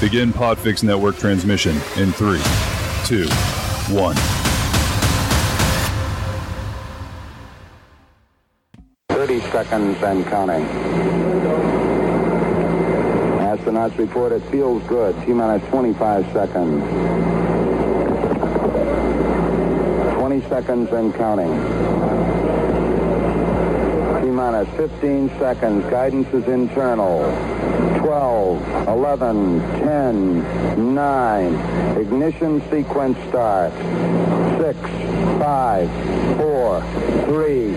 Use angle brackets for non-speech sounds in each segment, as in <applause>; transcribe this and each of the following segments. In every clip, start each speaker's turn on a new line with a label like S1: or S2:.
S1: Begin Podfix Network transmission in three, two, one.
S2: Thirty seconds and counting. Astronauts report it feels good. T minus 25 seconds. 20 seconds and counting. T minus 15 seconds. Guidance is internal. 12, 11, 10, 9. Ignition sequence start. 6, 5, 4, 3,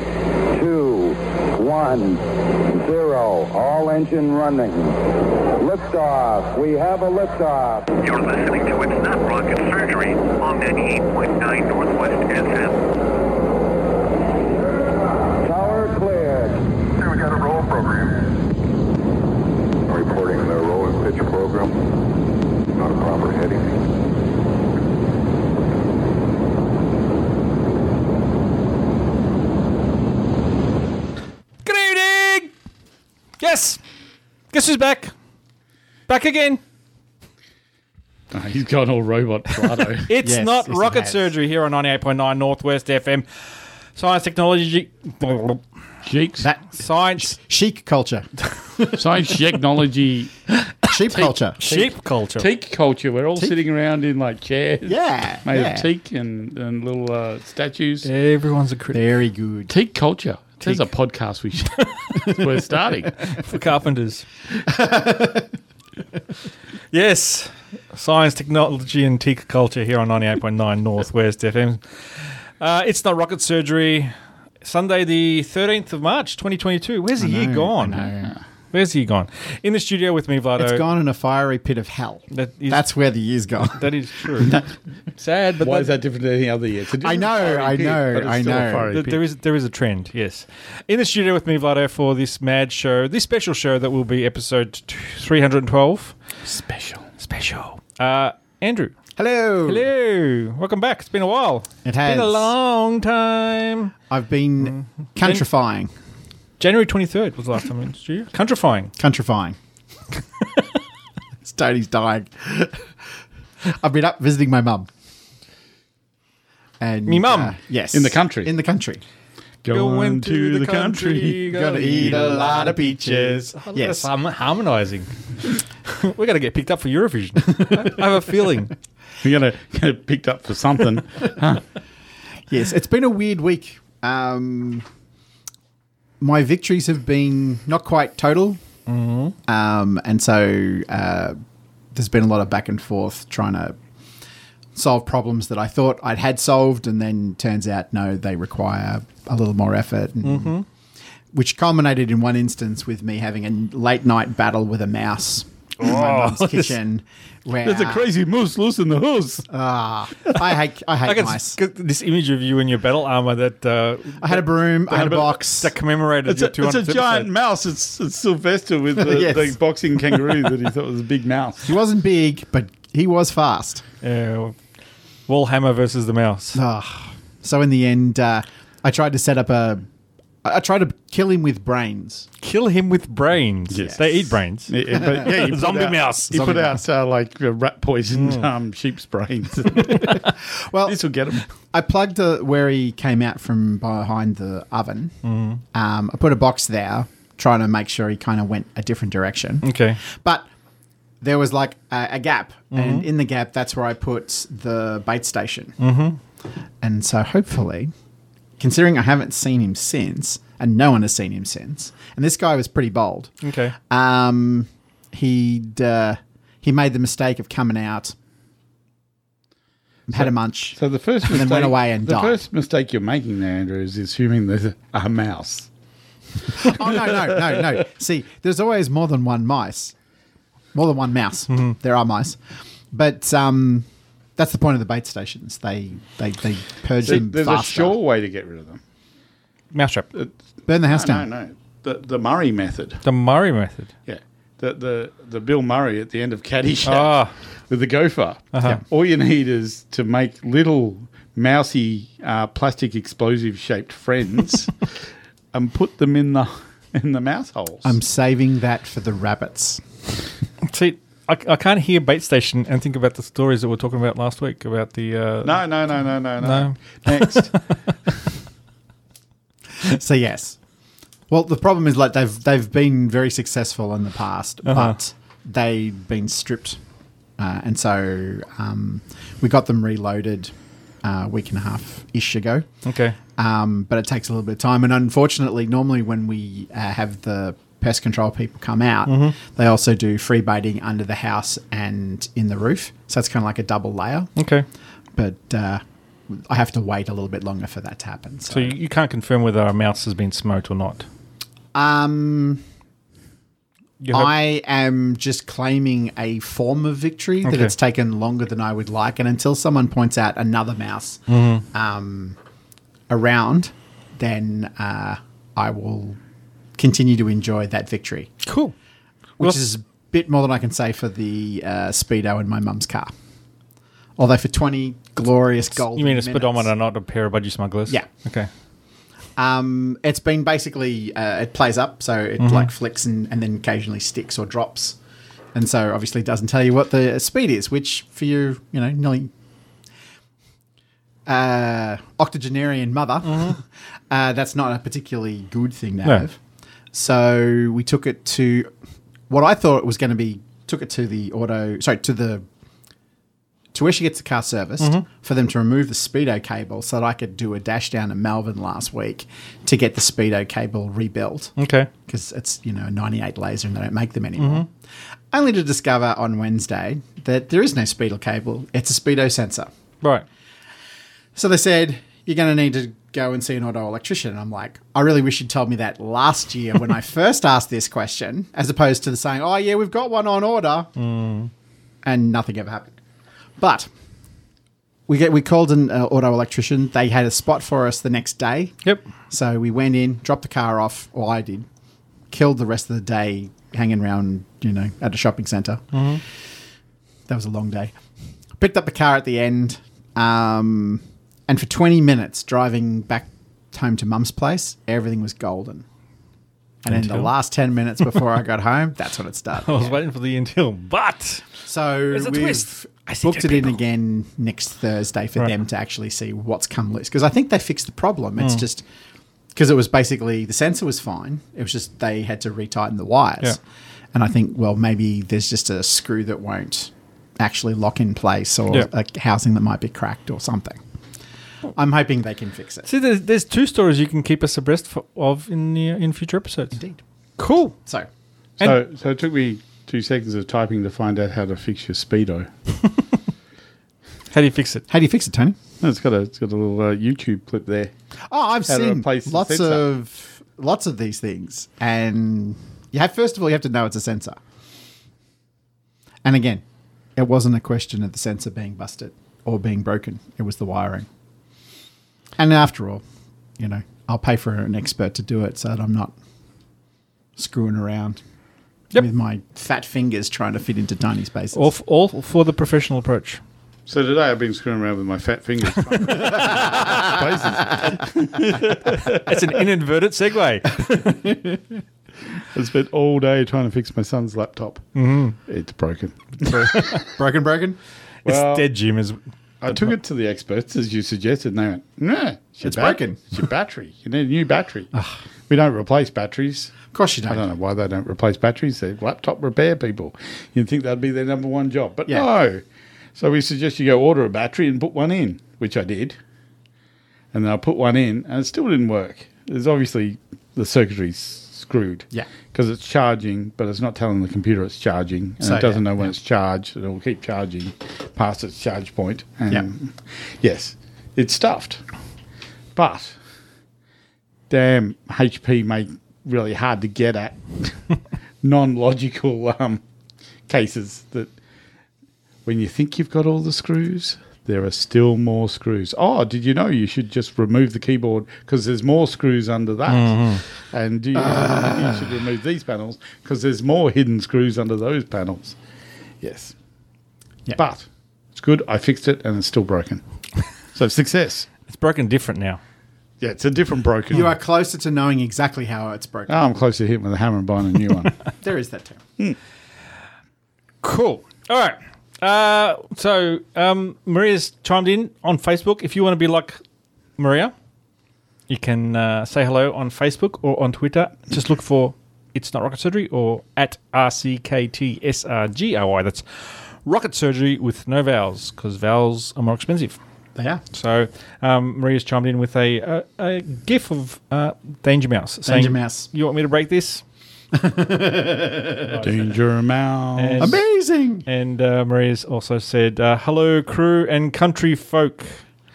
S2: 2, 1, 0. All engine running. Liftoff. We have a liftoff.
S3: You're listening to It's Not Rocket Surgery on 98.9 Northwest FM.
S2: Tower cleared.
S3: Here we got a roll program.
S2: Reporting the roll and pitch program. Not a proper heading.
S4: Good evening. Yes. Guess who's back? Back again.
S5: <laughs> He's got all robot <laughs> Plato.
S4: It's
S6: Yes,
S4: not
S6: yes, it
S4: rocket
S6: has.
S4: surgery here on 98.9 Northwest FM. Science technology
S5: Jeeks.
S6: That
S4: science
S6: chic culture,
S5: Science, <laughs> technology,
S6: sheep culture.
S4: sheep culture.
S5: teak culture. We're all
S6: Teak.
S5: sitting around in like chairs
S6: Yeah,
S5: made
S6: yeah.
S5: of teak and, and little uh, statues.
S4: Everyone's a critic
S6: Very good.
S5: Teak culture. There's a podcast we <laughs> should. it's worth starting.
S4: for
S6: <laughs>
S4: carpenters. yes. Science technology and teak culture here on 98.9 Northwest FM. Uh, it's not rocket surgery. Sunday the 13th of March 2022. Where's the year gone? Where's he gone? In the studio with me, Vlado.
S6: It's gone in a fiery pit of hell.
S4: That is-
S6: That's where the year's gone.
S4: That is true. Sad, but
S7: Why
S4: that-
S7: is that different than any other year? It's a different
S6: <laughs> I know,
S7: fiery
S6: I
S7: pit,
S6: know,
S7: but it's
S6: I
S7: still a
S6: know.
S7: fiery
S4: th-
S7: pit.
S4: there is there is a trend. Yes, in the studio with me, Vlado, for this mad show, this special show that will be episode three hundred and twelve.
S5: Special.
S4: Special. Uh, Andrew.
S6: Hello.
S4: Hello. Welcome back. It's been a while.
S6: It
S4: Been a
S6: has.
S4: long time.
S6: I've been countrifying.
S4: January twenty third was the last time in the studio.
S6: <laughs>
S4: Countrifying.
S6: Countrifying. Stoney's dying. <laughs> I've been up visiting my mum. And uh,
S4: Me mum?
S6: yes.
S5: In the country?
S6: In the country.
S5: Going to the country. <laughs>
S6: <laughs> Gotta eat a lot of peaches.
S4: Yes,
S6: Yes.
S4: I'm <laughs> harmonising. We're going to get picked up for Eurovision. <laughs> I have a feeling.
S5: You're going to get picked up for <laughs> something.
S6: Yes, it's been a weird week. Um, my victories have been not quite total, um, and so uh, there's been a lot of back and forth trying to solve problems that I thought I'd had solved, and then turns out no, they require a little more effort. And, Which culminated in one instance with me having a late night battle with a mouse in my mum's kitchen. Where
S5: There's a crazy moose loose in the house.
S6: I hate I hate
S4: I can
S6: mice.
S4: get this image of you in your battle armor that uh,
S6: I had a broom. I had a
S5: but-
S6: box.
S4: that commemorated
S5: It's
S4: your
S5: a, it's
S4: 200th
S5: a giant
S4: episode.
S5: mouse. It's, it's Sylvester with <laughs> the,
S6: Yes.
S5: the boxing kangaroo that he thought was a big mouse.
S6: He wasn't big, but he was fast.
S4: Yeah. Wallhammer versus the mouse.
S6: Ah. So in the end, uh, I tried to set up a. I I tried to kill him with brains.
S4: Kill him with brains.
S5: Yes.
S4: They eat brains.
S5: Yeah, yeah, but, yeah, he put
S4: Zombie
S5: out-
S4: mouse.
S5: He
S6: Zombie
S5: put out uh, like uh, rat poisoned um, sheep's <laughs> brains. this
S6: Well,
S5: will get him.
S6: I plugged uh, where he came out from behind the oven. Um, I put a box there, trying to make sure he kind of went a different direction.
S4: Okay.
S6: But there was like a, a gap, and in the gap, that's where I put the bait station. Mm-hmm. And so, hopefully, considering I haven't seen him since, and no one has seen him since, and this guy was pretty bold.
S4: Okay.
S6: Um, he'd uh, he made the mistake of coming out, had a munch.
S5: So the first
S6: And
S5: mistake,
S6: then went away and
S5: the
S6: died.
S5: first mistake you're making there, Andrew, is assuming there's a- a mouse.
S6: oh no, no,
S5: <laughs>
S6: no, no! See, there's always more than one mice, more than one mouse.
S5: Mm-hmm.
S6: There are mice, but um, that's the point of the bait stations. They they they purge them
S5: There's
S6: faster.
S5: a sure way to get rid of them.
S4: Mousetrap.
S5: Uh,
S6: Burn the house
S5: No,
S6: down.
S5: no, no. The, the Murray method.
S4: The Murray method.
S5: Yeah. The, the the Bill Murray at the end of Caddyshack
S4: Ah.
S5: with the gopher. Yeah. All you need is to make little mousy uh, plastic explosive shaped
S6: <laughs>
S5: friends and put them in the in the mouse holes.
S6: I'm saving that for the rabbits.
S4: See, I, I can't hear Bait Station and think about the stories that we were talking about last week about the. Uh,
S5: No, no, no, no, no, no.
S4: No.
S5: Next.
S6: so yes. Well, the problem is like they've they've been very successful in the past, but they've been stripped, uh, and so um, we got them reloaded uh, a week and a half ish ago.
S4: Okay.
S6: Um, but it takes a little bit of time, and unfortunately, normally when we uh, have the pest control people come out, they also do free baiting under the house and in the roof, so it's kind of like a double layer.
S4: Okay.
S6: But uh, I have to wait a little bit longer for that to happen.
S4: So you, you can't confirm whether a mouse has been smoked or not.
S6: Um,
S4: You hope-
S6: I am just claiming a form of victory that
S4: Okay.
S6: it's taken longer than I would like, and until someone points out another mouse
S4: Mm-hmm.
S6: um, around, then uh, I will continue to enjoy that victory,
S4: cool. Well-
S6: which is a bit more than I can say for the uh, speedo in my mum's car. Although for twenty glorious gold,
S4: You mean a speedometer, not a pair of budgie smugglers?
S6: Yeah.
S4: Okay.
S6: Um, it's been basically uh, it plays up, so it like flicks and, and then occasionally sticks or drops, and so obviously doesn't tell you what the speed is, which for you, you know, nearly uh, octogenarian mother, <laughs> uh, that's not a particularly good thing to
S4: No.
S6: have. So we took it to what I thought was going to be took it to the auto, sorry, to the to where she gets the car serviced for them to remove the speedo cable so that I could do a dash down to Melbourne last week to get the speedo cable rebuilt
S4: Okay.
S6: because it's you know a 98 laser and they don't make them anymore. Only to discover on Wednesday that there is no speedo cable; it's a speedo sensor.
S4: Right.
S6: So they said, You're going to need to go and see an auto electrician. And I'm like, I really wish you'd told me that last year when I <laughs> first asked this question, as opposed to the saying, Oh, yeah, we've got one on order. Mm. And nothing ever happened. But we, get, we called an uh, auto electrician. They had a spot for us the next day.
S4: Yep.
S6: So we went in, dropped the car off, or I did, killed the rest of the day hanging around, you know, at a shopping center That was a long day. Picked up the car at the end, um, and for 20 minutes driving back home to mum's place, everything was golden. And in the
S4: Until-
S6: last 10 minutes before I got home, that's when it
S4: <laughs>
S6: started.
S4: I was waiting for the until, but
S6: So
S4: a
S6: we've
S4: twist. I see
S6: booked
S4: dead
S6: it in again next Thursday for them to actually see what's come loose because I think they fixed the problem.
S4: Hmm.
S6: It's just because it was basically the sensor was fine. It was just they had to retighten the wires,
S4: Yeah.
S6: and I think well maybe there's just a screw that won't actually lock in place or
S4: Yeah. Hmm.
S6: a housing that might be cracked or something. I'm hoping they can fix it.
S4: see, there's, there's two stories you can keep us abreast for, of in the, in future episodes.
S6: Indeed.
S4: Cool.
S6: So
S5: so, so it took me two seconds of typing to find out how to fix your speedo.
S4: How do you fix it?
S6: how do you fix it, Tony?
S5: No, it's got a it's got a little uh, YouTube clip there.
S6: Oh, I've
S5: How to
S6: seen
S5: replace the
S6: lots
S5: sensor.
S6: of lots of these things, and you have first of all you have to know it's a sensor. And again, it wasn't a question of the sensor being busted or being broken; it was the wiring. And after all, you know, I'll pay for an expert to do it so that I'm not screwing around
S4: Yep.
S6: with my fat fingers trying to fit into tiny spaces.
S4: All, f- all for the professional approach.
S5: So today I've been screwing around with my fat fingers. Places.
S4: It's an inadvertent <laughs> segue.
S5: I spent all day trying to fix my son's laptop. Mm-hmm. It's broken.
S6: broken, broken.
S5: Well-
S4: it's dead, Jim. Is
S5: I took it to the experts as you suggested, and they went, "No,
S6: It's broken."
S5: It's your battery. You need a new battery. we don't replace batteries.
S6: Of course you
S5: I
S6: don't.
S5: don't know why they don't replace batteries. They're laptop repair people. You'd think that'd be their number one job, but
S6: Yeah.
S5: no. So we suggest you go order a battery and put one in, which I did. And then I put one in, and it still didn't work. There's obviously the circuitry's screwed.
S6: Yeah.
S5: Because it's charging, but it's not telling the computer it's charging. And
S6: So,
S5: it doesn't
S6: yeah,
S5: know when it's charged. It'll keep charging past its charge point. And
S6: Yeah.
S5: Yes, it's stuffed. But damn, HP make really hard to get
S6: <laughs>
S5: at non-logical um, cases that when you think you've got all the screws, there are still more screws. Oh, did you know you should just remove the keyboard because there's more screws under that?
S6: Mm-hmm.
S5: And do you, you should remove these panels because there's more hidden screws under those panels. Yes.
S6: Yeah.
S5: But it's good. I fixed it and it's
S4: <laughs>
S5: still broken. so success.
S4: it's broken different now.
S5: Yeah, it's a different broken. Ah,
S6: You are closer to knowing exactly how it's broken.
S4: <laughs>
S5: Oh, I'm close to hitting with a hammer and buying a new one.
S6: There is that term.
S4: Cool. All right. Uh, so um, Maria's chimed in on Facebook. If you want to be like Maria, you can uh, say hello on Facebook or on Twitter. Just look for It's Not Rocket Surgery or at RCKTSRGOI. That's Rocket Surgery with no vowels because vowels are more expensive.
S6: They are.
S4: So um, Maria's chimed in with a, a, a gif of uh, Danger Mouse. Saying,
S6: Danger Mouse.
S4: You want me to break this?
S5: Danger
S6: Oh.
S5: Mouse.
S4: And-
S6: Amazing.
S4: And uh, Maria's also said, uh, "Hello, crew and country folk."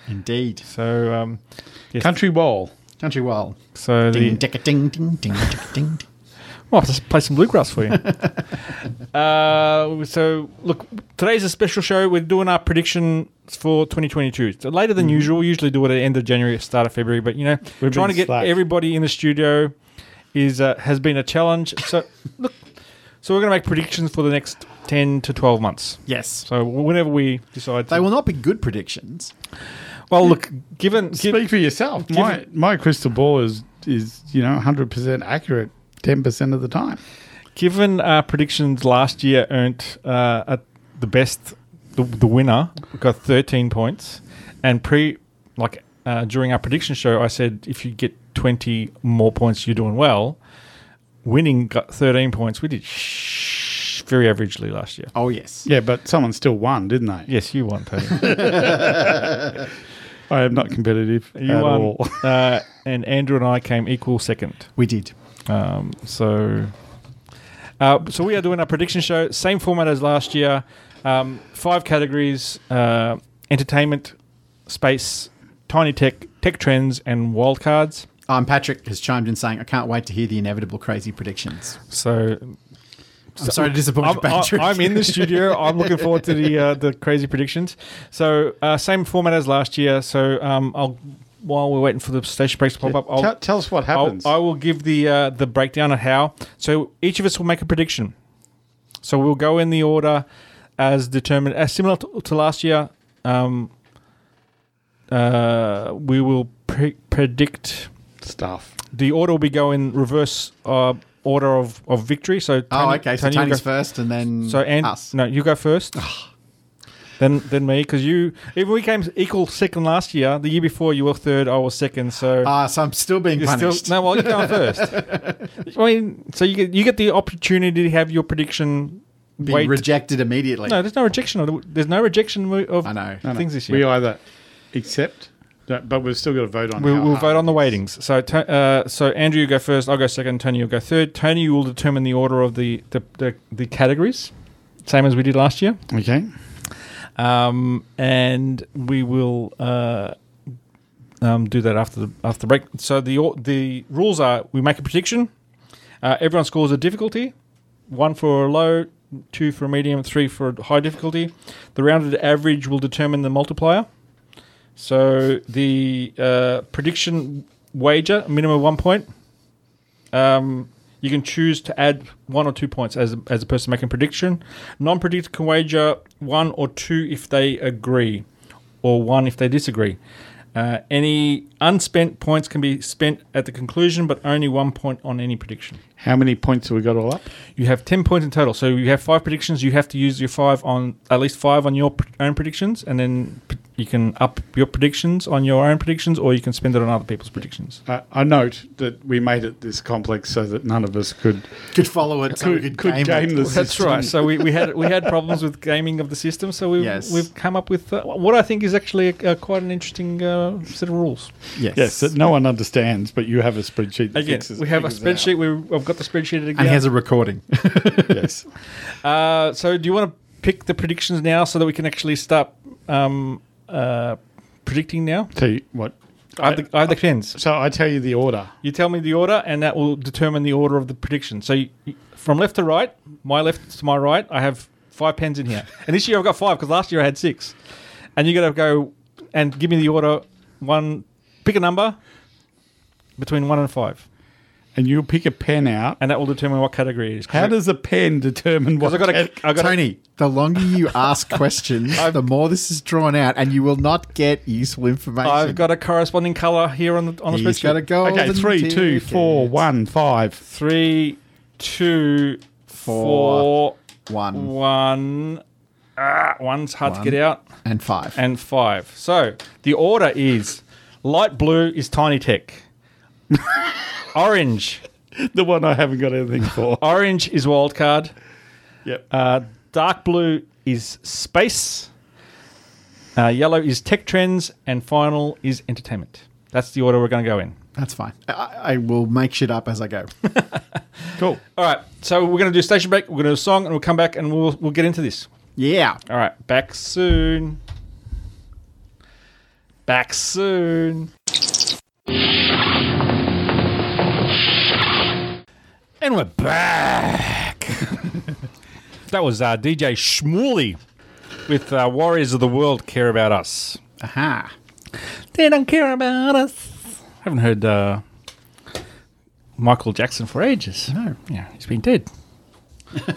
S6: Indeed.
S4: So, um, yes,
S5: Country Wall.
S6: Country Wild.
S4: so
S6: Ding,
S4: the
S6: ding, ding, ding, ding, ding, ding.
S4: well, I'll just play some bluegrass
S6: <laughs>
S4: for you. uh, so, look, today's a special show. We're doing our predictions for 2022. It's later
S6: Mm-hmm.
S4: than usual. We usually do it at the end of January, start of February. But you know,
S5: We're
S4: trying to
S5: being
S4: get
S5: slack.
S4: everybody in the studio is uh, has been a challenge. So, <laughs> look, so we're going to make predictions for the next 10 to 12 months.
S6: Yes.
S4: So, whenever we decide, to,
S6: They will not be good predictions.
S4: Well, look, given. gi-
S5: Speak for yourself. My my crystal ball is is you know hundred percent accurate ten percent of the time.
S4: Given our predictions last year earned uh, at the best, the, the winner got 13 points, and pre like uh, during our prediction show, I said if you get 20 more points, you're doing well. Winning got 13 points. We did sh- very averagely last year.
S6: Oh, yes.
S5: Yeah, but someone still won, didn't they?
S4: Yes, you won, Tony.
S5: I am not competitive
S4: You
S5: at
S4: won,
S5: all. <laughs>
S4: uh, and Andrew and I came equal second.
S6: We did.
S4: Um, so, uh, so we are doing our prediction show, same format as last year. Um, five categories: uh, entertainment, space, tiny tech, tech trends, and wildcards.
S6: Um, Patrick has chimed in saying, I can't wait to hear the inevitable crazy predictions.
S4: So,
S6: I'm sorry to disappoint
S4: I'm,
S6: you,
S4: I-
S6: Patrick.
S4: I'm in the
S5: <laughs>
S4: studio. I'm looking forward to the uh, the crazy predictions. So, uh, same format as last year. So, um, I'll while we're waiting for the station breaks to pop up, I'll,
S5: tell, tell us what
S4: I'll-
S5: happens.
S4: I will give the uh, the breakdown of how. So each of us will make a prediction. So we'll go in the order as determined, as similar to, to last year. Um, uh, we will pre- predict.
S5: Stuff.
S4: The order will be go in reverse uh, order of, of victory. So
S6: <laughs> oh,
S4: Tony-
S6: okay. So
S4: Tony, you
S6: Tony's
S4: go-
S6: first and then
S4: So and
S6: Mm, us. Ah.
S4: no, you go first. Then, then me because you even we came equal second last year. The year before you were third, I was second. So
S6: Ah, so I'm still being
S4: you're
S6: punished.
S4: still no. Well, you go
S6: <laughs>
S4: first. I mean, so you get you get the opportunity to have your prediction.
S6: being
S4: wait,
S6: rejected immediately.
S4: no, there's no rejection. Of, there's no rejection of
S6: I know.
S5: No,
S4: <laughs>
S5: no.
S4: things this
S5: We
S4: year.
S5: either accept, no, but we've still got to vote on.
S4: We,
S5: how
S4: will
S5: hard
S4: vote on the
S5: it is.
S4: weightings. So, to, uh, so Andrew, you go first. I'll go second. Tony, you'll go third. Tony, you will determine the order of the the, the, the categories, same as we did last year.
S5: Okay.
S4: um, and we will uh, um, do that after the after the break. So the or- the rules are: we make a prediction. Uh, everyone scores a difficulty, one for a low, two for a medium, three for a high difficulty. The rounded average will determine the multiplier. So the uh, prediction wager minimum one point. Um, you can choose to add one or two points as as a person making prediction. Non-predictor can wager one or two if they agree, or one if they disagree. Uh, any unspent points can be spent at the conclusion, but only one point on any prediction.
S5: How many points have we got all up?
S4: You have ten points in total, so you have five predictions. You have to use your five on at least five on your pr- own predictions, and then p- you can up your predictions on your own predictions, or you can spend it on other people's predictions.
S5: I, I note that we made it this complex so that none of us could
S6: Could follow it. so we could,
S5: could
S6: game,
S5: game
S6: it.
S5: the
S4: That's
S5: system.
S4: right. So we, we had we had problems with gaming of the system. So we've
S6: Yes.
S4: we've come up with uh, what I think is actually a, a quite an interesting uh, set of rules.
S6: Yes.
S5: Yes, that no one understands, but you have a spreadsheet. That
S4: Again,
S5: fixes
S4: we have a
S5: figures
S4: spreadsheet. We I've got the spreadsheet
S6: and he
S4: again.
S6: has
S4: <laughs>
S6: a recording.
S5: it out. yes.
S4: Uh, so do you want to pick the predictions now so that we can actually start um, uh, predicting now?
S5: Tell you what.
S4: I have the, I have the pins.
S5: So I tell you the order.
S4: You tell me the order, and that will determine the order of the prediction. So, you, from left to right, my left to my right, I have five pens in here. And this year I've got five because last year I had six. And you got to go and give me the order one, pick a number between one and five,
S5: and you'll pick a pen out.
S4: and that will determine what category it is. 'Cause
S5: How
S4: I-
S5: does a pen determine what?
S4: Because I got
S5: pen-
S4: a, I got a,
S6: Tony, the longer you
S4: <laughs>
S6: ask questions, the more this is drawn out, and you will not get useful information.
S4: I've got a corresponding color here on the on the
S6: He's
S4: spreadsheet.
S6: got a golden
S5: okay, three, two,
S6: ticket.
S5: four, one, five.
S4: Three, two,
S6: Four.
S4: four,
S6: one,
S4: One. Ah, one's hard to get out.
S6: and five.
S4: and five. So the order is light blue is Tiny Tech. orange.
S5: The one I haven't got anything
S4: <laughs>
S5: for.
S4: Orange is wildcard.
S5: yep.
S4: Uh, dark blue is space. Uh, yellow is tech trends. And final is entertainment. That's the order we're going to go in.
S6: That's fine. I, I will make shit up as
S4: <laughs>
S6: I go.
S5: cool.
S4: All right. So we're going to do station break. We're going to do a song and we'll come back and we'll, we'll get into this.
S6: yeah.
S4: All right. Back soon. Back soon. And we're back. <laughs> that was uh, DJ Schmooly with uh, Warriors of the World Care About Us.
S6: Aha.
S4: They don't care about us. Haven't heard uh, Michael Jackson for ages. No. Yeah, he's been dead. <laughs>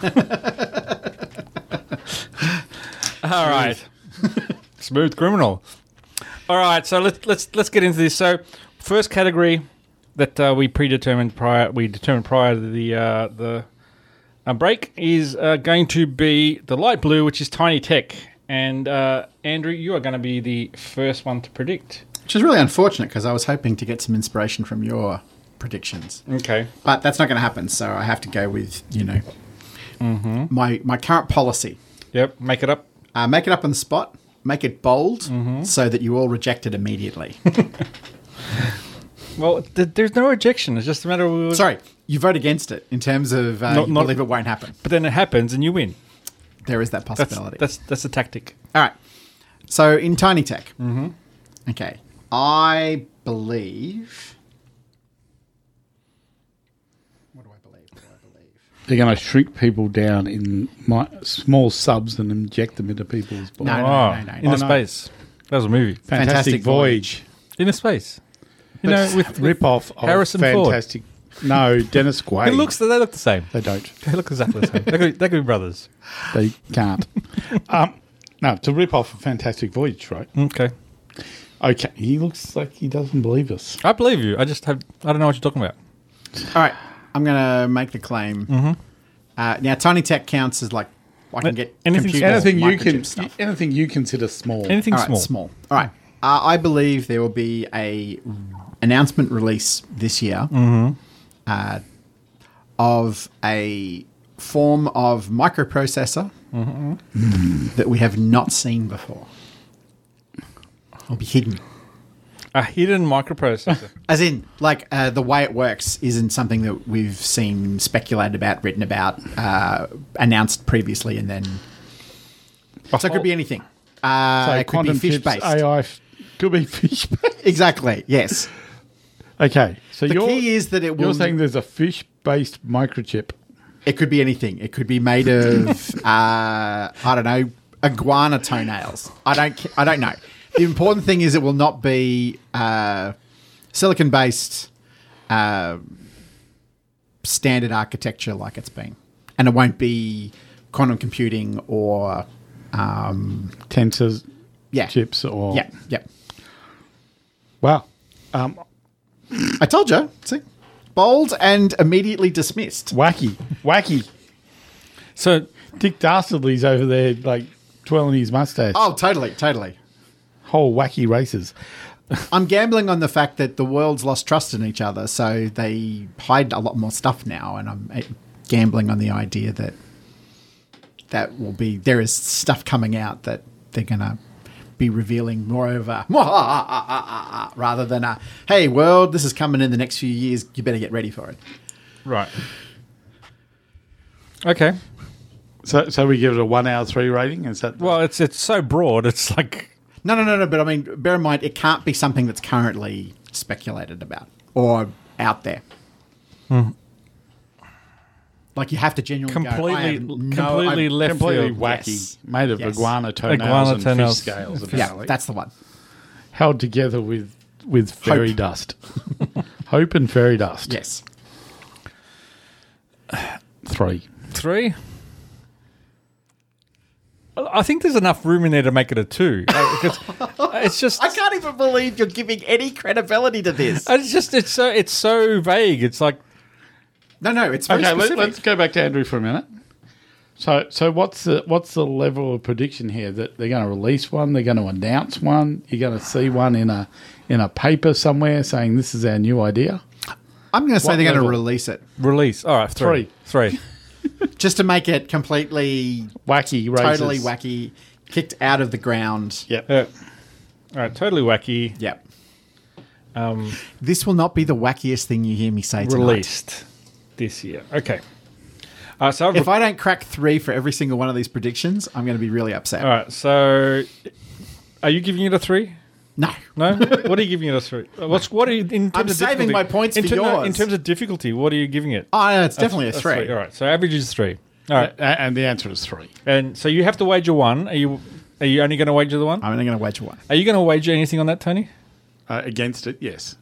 S4: All right. Smooth criminal. All right, so let's let's let's get into this. So, first category that uh, we predetermined prior we determined prior to the uh, the uh, break is uh, going to be the light blue, which is tiny tech. And uh, Andrew, you are going to be the first one to predict.
S6: Which is really unfortunate because I was hoping to get some inspiration from your predictions.
S4: Okay.
S6: But that's not going to happen, so I have to go with, you know,
S4: Mm-hmm.
S6: my, my current policy.
S4: Yep. Make it up.
S6: Uh, make it up on the spot, make it bold
S4: Mm-hmm.
S6: so that you all reject it immediately. <laughs>
S4: Well, th- there's no rejection. It's just a matter of
S6: Sorry, you vote against it in terms of uh,
S4: Not-
S6: you
S4: not-
S6: believe it won't happen.
S4: But then it happens, and you win.
S6: There is that
S4: That's
S6: possibility.
S4: that's that's a tactic.
S6: All right. So in Tiny Tech. Mm-hmm. Okay. I believe. What do I believe? What do I believe?
S5: They're going to shrink people down in mi- small subs and inject them into people's bodies.
S6: No, no.
S4: oh,
S6: no.
S4: in
S6: Oh,
S4: the
S6: no.
S4: space. That was a movie.
S5: Fantastic,
S6: Fantastic
S5: Voyage.
S4: In the space. You know, <laughs>
S5: That's
S4: with
S5: rip off of
S4: Harrison Ford.
S5: Fantastic. No, <laughs> Dennis Quaid.
S4: It looks. They look the same.
S5: They don't.
S4: They look exactly <laughs> the same. they, could, they could be brothers.
S5: They <laughs> can't. um, no, to rip off a Fantastic Voyage, right?
S4: Okay.
S5: Okay, he looks like he doesn't believe us.
S4: I believe you. I just have. I don't know what you're talking about.
S6: All right. I'm gonna make the claim. Uh, now, Tiny Tech counts as like I can get
S4: Anything
S6: computer
S4: small.
S5: Anything you can,
S6: microchip stuff.
S5: anything you consider small.
S4: Anything
S6: All right,
S4: small.
S6: small. All right. Uh, I believe there will be a announcement release this year uh, of a form of microprocessor that we have not seen before. It'll be hidden.
S4: A hidden <laughs> microprocessor.
S6: As in, like uh, the way it works isn't something that we've seen speculated about, written about, uh, announced previously, and then so it could be anything. Uh, it could be
S5: quantum
S6: fish
S5: chips,
S6: based.
S5: AI f- could be fish based.
S6: Exactly. Yes.
S5: Okay, so
S6: The
S5: you're,
S6: key is that it
S5: you're
S6: will-
S5: saying there's a fish based microchip.
S6: It could be anything. It could be made of <laughs> uh, I don't know iguana toenails. I don't. ca- I don't know. The important thing is it will not be uh, silicon based uh, standard architecture like it's been, and it won't be quantum computing or um,
S5: Tensors,
S6: yeah
S5: chips, or
S6: Yeah, yeah.
S5: wow. Um,
S6: I told you. See, bold and immediately dismissed.
S5: wacky, wacky.
S4: so
S5: Dick Dastardly's over there, like twirling his mustache.
S6: Oh, totally, totally.
S5: Whole wacky races.
S6: I'm gambling on the fact that the world's lost trust in each other, so they hide a lot more stuff now, and I'm eh, gambling on the idea that that will be there is stuff coming out that they're gonna be revealing <laughs> moreover rather than a hey world this is coming in the next few years you better get ready for it
S4: right. Okay.
S5: So, so we give it a one hour three rating. Is that
S4: Well, it's it's so broad. It's like
S6: no no no no but i mean bear in mind it can't be something that's currently speculated about or out there like you have to genuinely go, I
S4: completely
S6: have no-
S4: completely
S6: I'm-
S4: left
S5: completely
S4: field.
S5: wacky,
S6: Yes.
S5: made of
S6: Yes.
S5: iguana toenails
S4: Iguana
S5: and
S4: toenails.
S5: fish scales,
S6: Yeah,
S5: apparently.
S6: that's the one.
S5: held together with with fairy
S6: Hope.
S5: dust, <laughs> hope and fairy dust.
S6: Yes.
S5: three.
S4: Three. I think there's enough room in there to make it a two. <laughs> Uh, because it's just
S6: I can't even believe you're giving any credibility
S4: <laughs>
S6: to this.
S4: it's just it's so it's so vague. It's like
S6: No, no, it's very
S5: Okay, let,
S6: specific.
S5: let's go back to Andrew for a minute. So, so what's the what's the level of prediction here that they're going to release one? They're going to announce one. You're going to see one in a in a paper somewhere saying this is our new idea.
S6: I'm going to say
S5: What
S6: they're going to
S5: level?
S6: release it
S4: Release. All right, three. Three.
S6: just to make it completely,
S5: Wacky, races.
S6: totally wacky, kicked out of the ground.
S5: Yep.
S4: Yeah. All right, totally wacky.
S6: Yep.
S4: Um,
S6: This will not be the wackiest thing you hear me say tonight.
S4: released this year. Okay. Uh, so I've
S6: If I don't crack three for every single one of these predictions, I'm going to be really upset.
S4: All right, so are you giving it a three?
S6: No. <laughs>
S4: No, what are you giving it a three? Uh, What's what are you in terms
S6: I'm
S4: of
S6: saving
S4: difficulty-
S6: my points
S4: in
S6: for
S4: ter- no, In
S6: yours.
S4: terms of difficulty, what are you giving it?
S6: Oh, no, it's definitely a
S4: That's
S6: three.
S4: All right, so average is three. All right,
S5: A- And the answer is three.
S4: and so you have to wager one. Are you are you only going to wager the one?
S6: I'm only going to wager one.
S4: Are you going to wager anything on that, Tony?
S5: Uh, against it, yes.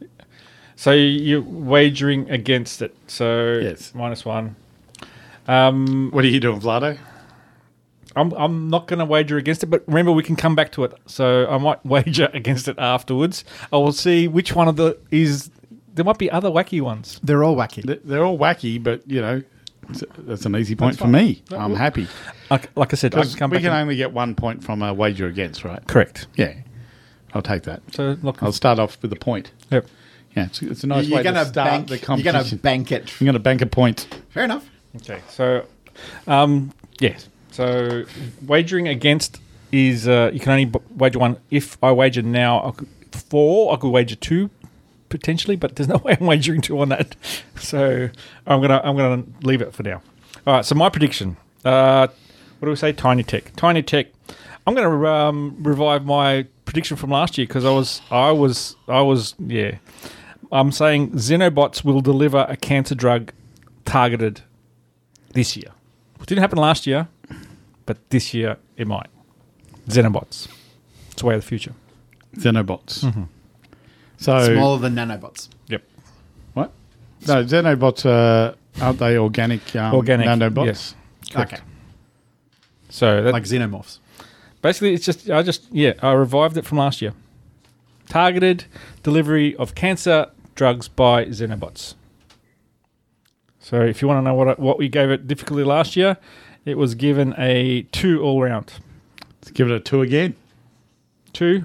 S4: So you're wagering against it. So
S5: Yes.
S4: minus one. Um,
S5: What are you doing, Vlado?
S4: I'm I'm not going to wager against it, but remember we can come back to it. So I might <laughs> wager against it afterwards. I will see which one of the is. There might be other wacky ones.
S6: They're all wacky.
S5: Th- They're all wacky, but you know it's- that's an easy point for me. I'm happy.
S4: Like, like I said, I can
S5: Because
S4: come
S5: we
S4: back.
S5: can
S4: and-
S5: only get one point from a wager against, right?
S4: correct.
S5: Yeah, I'll take that.
S4: So look,
S5: I'll start off with a point.
S4: yep.
S5: Yeah, it's, it's a nice
S6: you're
S5: way to
S6: gonna
S5: start
S6: bank,
S5: the
S6: you're
S5: competition.
S6: going to bank it.
S5: I'm going to bank a point.
S6: Fair enough.
S4: Okay. So, um, yes. So wagering against is uh, you can only b- wager one. If I wager now, I could, four, I could wager two potentially, but there's no <laughs> way I'm wagering two on that. So I'm gonna I'm gonna leave it for now. All right. So my prediction. Uh, what do we say? Tiny Tech. Tiny Tech. I'm going to um, revive my prediction from last year because I was I was I was yeah. I'm saying Xenobots will deliver a cancer drug targeted this year. It didn't happen last year, but this year it might. Xenobots. It's the way of the future.
S5: Xenobots.
S4: Mm-hmm.
S5: So
S6: Smaller than nanobots.
S4: Yep.
S5: what? No, Xenobots uh, aren't they organic? Um,
S4: Organic,
S5: nanobots.
S4: yes.
S6: Okay.
S4: So that,
S6: Like xenomorphs.
S4: basically, it's just I just yeah I revived it from last year. Targeted delivery of cancer drugs by Xenobots. So if you want to know what I- what we gave it difficulty last year, it was given a two all round.
S5: Let's give it a two again.
S4: Two,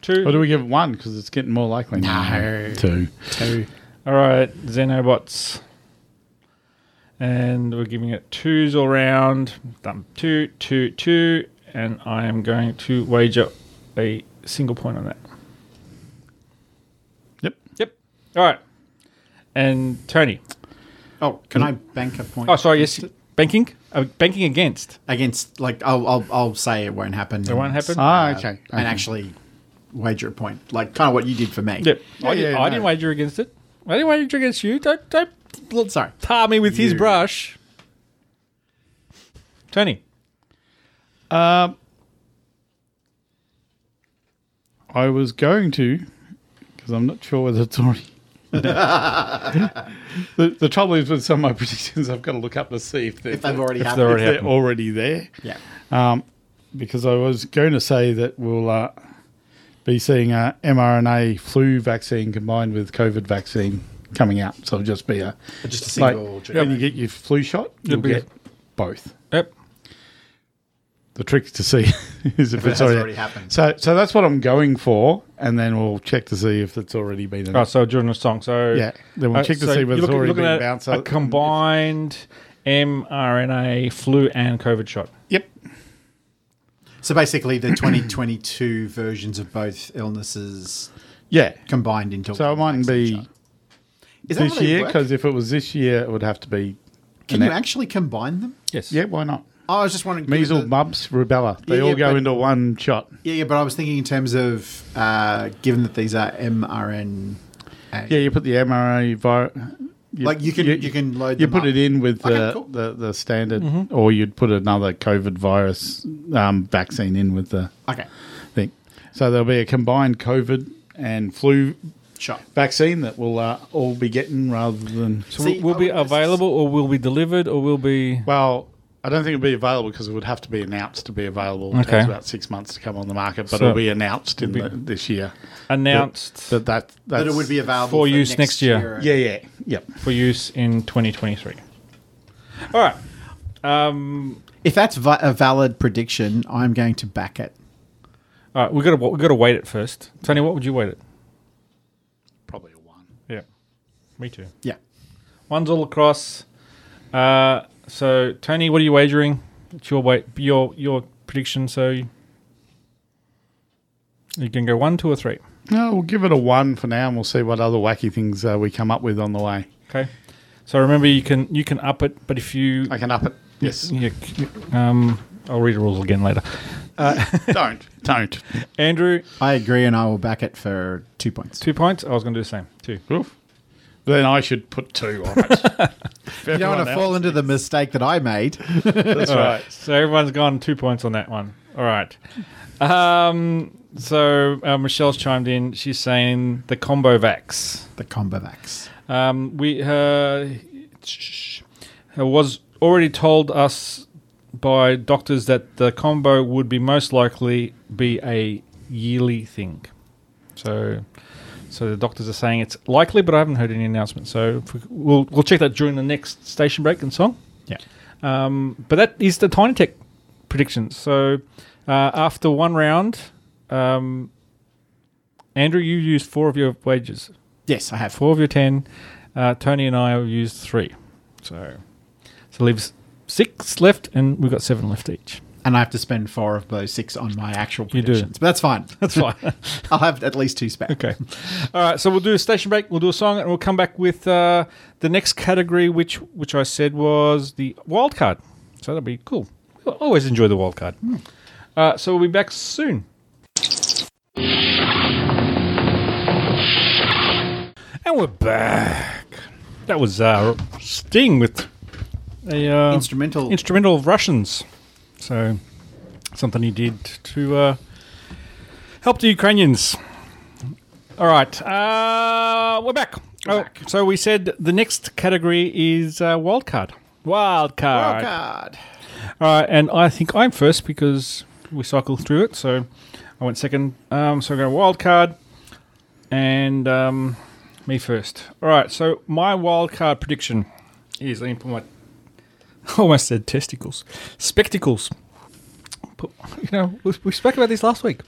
S4: two.
S5: Or do we give it one because it's getting more likely?
S6: No.
S5: two.
S6: Two.
S4: All right, Xenobots. And we're giving it twos all round. Done. Two, two, two. And I am going to wager a single point on that.
S5: Yep.
S4: Yep. All right. And Tony.
S6: Oh, can I bank a point?
S4: Oh, sorry. Yes. Banking? Uh, banking against.
S6: Against, like, I'll, I'll, I'll say it won't happen. Uh,
S4: It won't happen.
S5: Ah, okay.
S6: And actually wager a point. Like, kind of what you did for me.
S4: Yep.
S5: Yeah,
S4: I, did,
S5: yeah,
S4: I
S5: no.
S4: didn't wager against it. I didn't wager against you. Don't, don't
S6: Well, Sorry.
S4: tar me with his
S6: You-
S4: brush. Tony.
S5: I was going to because I'm not sure whether it's already. <laughs>
S6: <laughs>
S5: the, the trouble is with some of my <laughs> predictions, I've got to look up to see if they're,
S6: If they've already
S4: If
S6: happened.
S4: they're
S5: if
S4: already-
S5: they're
S4: happened.
S5: already there.
S6: Yeah.
S5: um, because I was going to say that we'll uh, be seeing a mRNA flu vaccine combined with COVID vaccine coming out. So it'll just be a
S6: Just a single
S5: like,
S6: drug.
S5: when you get your flu shot, you'll
S4: be-
S5: get both.
S4: Yep.
S5: The trick to see <laughs> is if,
S6: it
S5: it's
S6: has
S5: already,
S6: already happened.
S5: So, so that's what I'm going for, and then we'll check to see if it's already been.
S4: Right, Oh, so during the song, so uh,
S5: Yeah, then we'll check to see whether
S4: you're
S5: it's already
S4: looking
S5: been
S4: at
S5: bounced
S4: A
S5: out.
S4: combined mRNA flu and COVID shot.
S5: Yep.
S6: So basically, the 2022 versions of both illnesses
S5: Yeah.
S6: combined into
S5: So it mightn't be
S6: Is that
S5: this
S6: how they
S5: year
S6: work?
S5: because if it was this year, it would have to be.
S6: Can
S5: an
S6: you
S5: a-
S6: actually combine them?
S4: Yes.
S5: Yeah. Why not?
S6: Oh, I was just wondering.
S5: Measles,
S6: the-
S5: mumps, rubella. They
S6: Yeah,
S5: all
S6: yeah,
S5: go
S6: but-
S5: into one shot.
S6: Yeah, yeah, but I was thinking in terms of uh, given that these are mRNA.
S5: Yeah, you put the mRNA virus.
S6: Like, you can- you can load
S5: You
S6: them
S5: put
S6: up.
S5: it in with the,
S6: Okay, cool. Mm-hmm.
S5: the, the standard, or you'd put another COVID virus um, vaccine in with the
S6: Okay.
S5: thing. So there'll be a combined COVID and flu
S6: Shot.
S5: vaccine that we'll uh, all be getting rather than.
S4: So
S6: See,
S4: will
S6: I
S4: be
S6: would-
S4: available, or will be delivered, or will be
S5: Well, I don't think it'll be available because it would have to be announced to be available. It
S4: Okay.
S5: takes about six months to come on the market, but
S4: So-
S5: it'll be announced in the, this year.
S4: announced
S5: That, that,
S6: That
S5: that's,
S6: it would be available
S4: For use next year.
S5: Yeah, yeah, yep.
S4: for use in 2023. All right. Um,
S6: If that's vi- a valid prediction, I'm going to back it.
S4: All right, we've got to we've got to wait it first. Tony, what would you wait it?
S5: Probably a one.
S4: Yeah, me too.
S6: Yeah.
S4: One's all across. Uh, so Tony, what are you wagering? It's your wait your your prediction. So you, you can go one, two, or three.
S5: No, we'll give it a one for now, and we'll see what other wacky things uh, we come up with on the way.
S4: Okay. So remember, you can you can up it, but if you
S5: I can up it. Yes.
S4: you- you- um, I'll read the rules again later.
S5: <laughs> don't. Don't.
S4: Andrew,
S6: I agree, and I will back it for two points.
S4: two points. I was going to do the same. Two.
S5: Oof. Then I should put two on it. <laughs> If
S6: You don't want
S5: everyone
S6: to
S5: else-
S6: fall into the mistake that I made.
S5: That's right.
S4: So everyone's gone two points on that one. All right. Um, so uh, Michelle's chimed in. She's saying the combo vax.
S6: the Combavax.
S4: Um, we uh, was already told us by doctors that the combo would be most likely be a yearly thing. So, so the doctors are saying it's likely, but I haven't heard any announcement. So if we, we'll we'll check that during the next station break and song.
S6: Yeah.
S4: Um, but that is the Tiny Tech predictions. So uh, after one round, um, Andrew, you used four of your wages
S6: Yes, I have.
S4: four of your ten. Uh, Tony and I used three, so so leaves six left, and we've got seven left each.
S6: And I have to spend four of those six on my actual
S4: You do.
S6: predictions. But that's fine. <laughs>
S4: <laughs> That's fine.
S6: I'll have at least two spare.
S4: okay, all right. So we'll do a station break. We'll do a song, and we'll come back with uh, the next category, which which I said was the wild card. So that'll be cool. I always enjoy the wild card. Uh, so we'll be back soon. And we're back. That was uh, Sting with a uh,
S6: Instrumental.
S4: instrumental of Russians. So something he did to uh, help the Ukrainians. All right, uh, we're back. oh, So we said the next category is uh, wild card. Wild card.
S6: God.
S4: All right, Uh, and I think I'm first because we cycle through it. So I went second. Um, so I got a wild card, and um, me first. All right, so my wild card prediction is let me put my <laughs> almost said testicles, spectacles. Put, <laughs> you know, we, we spoke about this last week.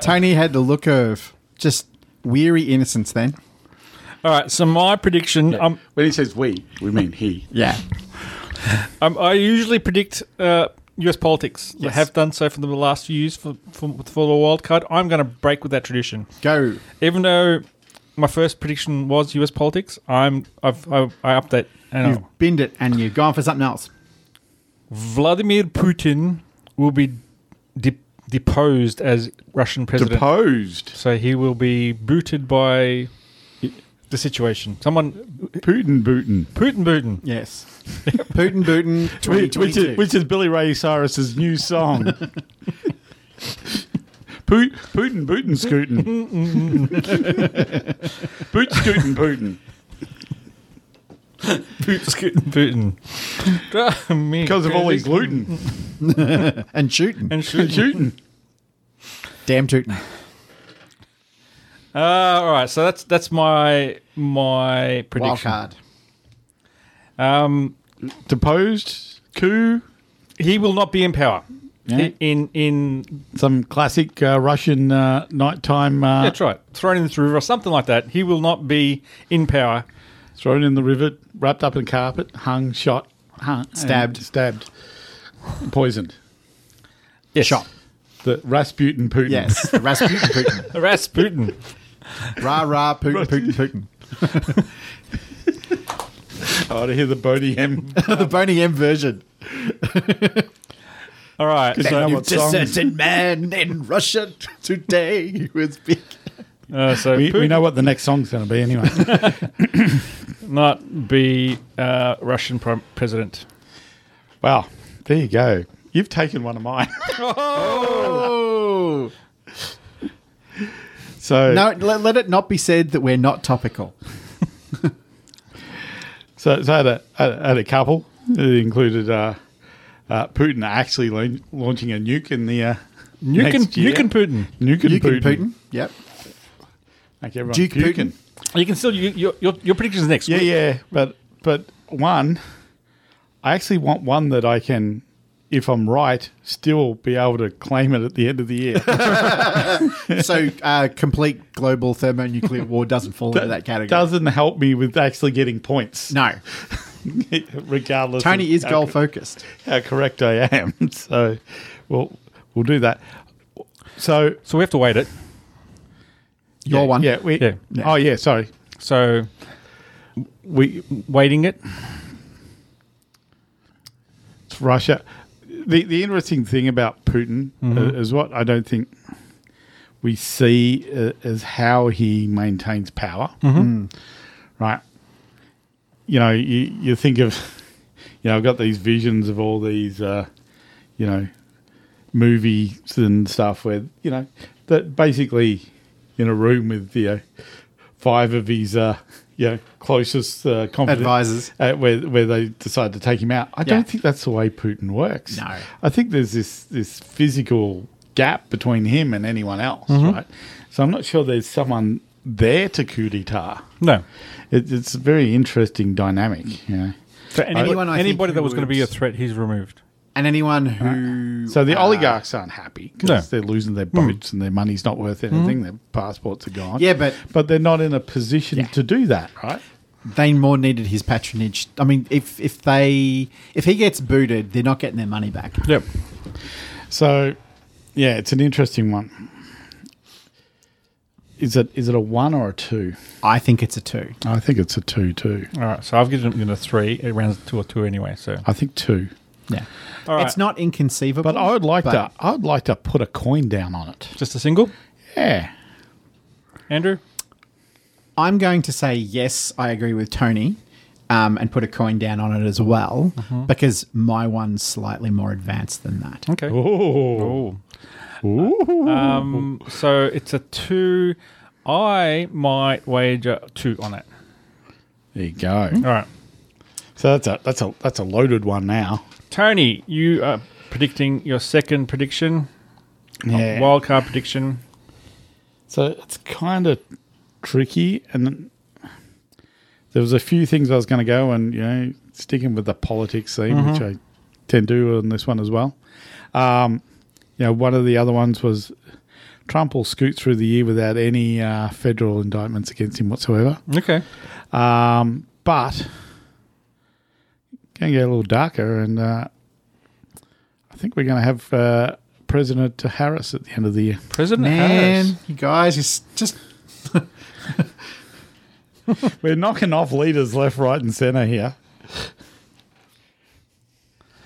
S6: Tony had the look of just weary innocence then.
S4: All right, so my prediction. Um,
S5: When he says we, we mean he.
S6: Yeah.
S4: Um, I usually predict uh, U.S. politics. I
S6: Yes.
S4: have done so for the last few years for for, for the wild card. I'm going to break with that tradition,
S6: Go.
S4: even though my first prediction was U.S. politics. I'm I've, I, I update and
S6: You've
S4: I-
S6: binned it and you've gone for something else.
S4: Vladimir Putin will be de- deposed as Russian president.
S5: Deposed.
S4: so he will be booted by the situation. Someone
S5: Putin Putin.
S4: Putin Putin.
S6: Yes. Putin Putin
S5: Which is,
S6: 2022.
S5: which is Billy Ray Cyrus's new song. Pu- Putin Putin Scootin. Boot
S4: Putin
S5: Scootin Putin.
S4: <laughs> Putin.
S5: <laughs> Because of all his gluten
S6: and shooting.
S4: and
S5: and
S4: shooting.
S5: shooting.
S6: Damn shooting.
S4: Uh, all right, so that's that's my my
S6: Wild
S4: prediction.
S6: card.
S4: Um,
S5: Deposed. Coup.
S4: he will not be in power.
S5: Yeah.
S4: In in
S5: Some classic uh, Russian uh, nighttime uh,
S4: that's right, thrown into the river or something like that. He will not be in power.
S5: thrown in the river, wrapped up in carpet, hung, shot, hung, and
S6: Stabbed.
S5: stabbed, poisoned.
S4: Yes.
S6: Shot.
S5: The Rasputin Putin.
S6: Yes. Rasputin Putin.
S4: Rasputin.
S6: Rah rah Putin Putin Putin.
S5: <laughs> Oh, to hear the Bodhi M.
S6: the Boney M version.
S4: all right. So,
S5: what song-
S6: man in Russia t- today who is big.
S4: uh, so
S5: we, we
S4: Putin
S5: know what the next song's going to be anyway.
S4: not be uh, Russian prim- president.
S5: wow. There you go. You've taken one of mine. <laughs>
S6: Oh.
S5: So,
S6: No, let, let it not be said that we're not topical.
S5: so, so I, had a, I had a couple. It included uh, uh, Putin actually laun- launching a nuke in the. Uh,
S4: You can
S5: next year.
S4: you can Putin.
S5: Nuke and
S6: You can
S5: Putin.
S6: Putin. Yep.
S5: Make everyone
S6: Duke
S5: puking.
S6: Putin.
S4: You can still you, your, your your predictions next.
S5: Yeah,
S4: week.
S5: yeah, but but one, I actually want one that I can, if I'm right, still be able to claim it at the end of the year.
S6: so uh, complete global thermonuclear war doesn't fall into <laughs> that category.
S5: Doesn't help me with actually getting points,
S6: no.
S5: <laughs> regardless. of
S6: Tony is
S5: how
S6: goal
S5: co-
S6: focused.
S5: How correct I am. <laughs> So, we'll we'll do that. So
S4: So we have to wait it.
S6: Your
S5: yeah,
S6: one.
S5: yeah, we,
S4: Yeah.
S5: Oh yeah, sorry.
S4: So
S5: We
S4: waiting it.
S5: it's Russia. The the interesting thing about Putin uh, is what I don't think we see uh, is how he maintains power. Right. You know, you, you think of, <laughs> you know, I've got these visions of all these, uh, you know, movies and stuff where, you know, that basically in a room with, you know, five of his, uh, you know, closest uh, confidant-
S6: Advisors.
S5: uh, where where they decide to take him out. I
S6: Yeah.
S5: don't think that's the way Putin works.
S6: No.
S5: I think there's this this physical gap between him and anyone else,
S6: Mm-hmm.
S5: right? So I'm not sure there's someone there to coup d'état.
S4: No.
S5: It, it's a very interesting dynamic. You know?
S4: So any-
S6: Anyone I think
S4: anybody that
S6: who
S4: was going to
S6: would-
S4: be a threat, he's removed.
S6: And anyone who
S5: So the
S6: uh, Mm.
S5: oligarchs aren't happy because
S4: No.
S5: they're losing their boats and their money's not worth anything. Their passports are gone.
S6: Mm-hmm. Yeah, but-
S5: but they're not in a position to do that, right?
S6: they more needed his patronage. I mean, if if they if he gets booted, they're not getting their money back.
S4: Yep.
S5: So, yeah, it's an interesting one. Is it is it a one or a two?
S6: I think it's a two.
S5: I think it's a two two.
S4: All right. So I've given him a three. It rounds to a two anyway. So
S5: I think two.
S6: Yeah,
S4: All right.
S6: it's not inconceivable.
S5: But I would like
S6: but-
S5: to I would like to put a coin down on it.
S4: just a single.
S5: Yeah.
S4: Andrew.
S6: I'm going to say yes. I agree with Tony, um, and put a coin down on it as well
S5: Uh-huh.
S6: because my one's slightly more advanced than that.
S4: Okay.
S5: Oh.
S4: Ooh. Um, so it's a two. I might wager two on it.
S5: There you go.
S4: All right.
S5: So that's a that's a that's a loaded one now.
S4: Tony, you are predicting your second prediction,
S5: Yeah.
S4: wild card prediction.
S5: So it's kind of tricky, and there was a few things I was going to go, and you know, sticking with the politics theme, which I tend to on this one as well. Um, you know, one of the other ones was Trump will scoot through the year without any uh, federal indictments against him whatsoever.
S4: Okay.
S5: Um, but going to get a little darker, and uh, I think we're going to have uh, President Harris at the end of the year.
S4: President Harris.
S6: Man, you guys, just just
S5: We're knocking off leaders left, right, and centre here.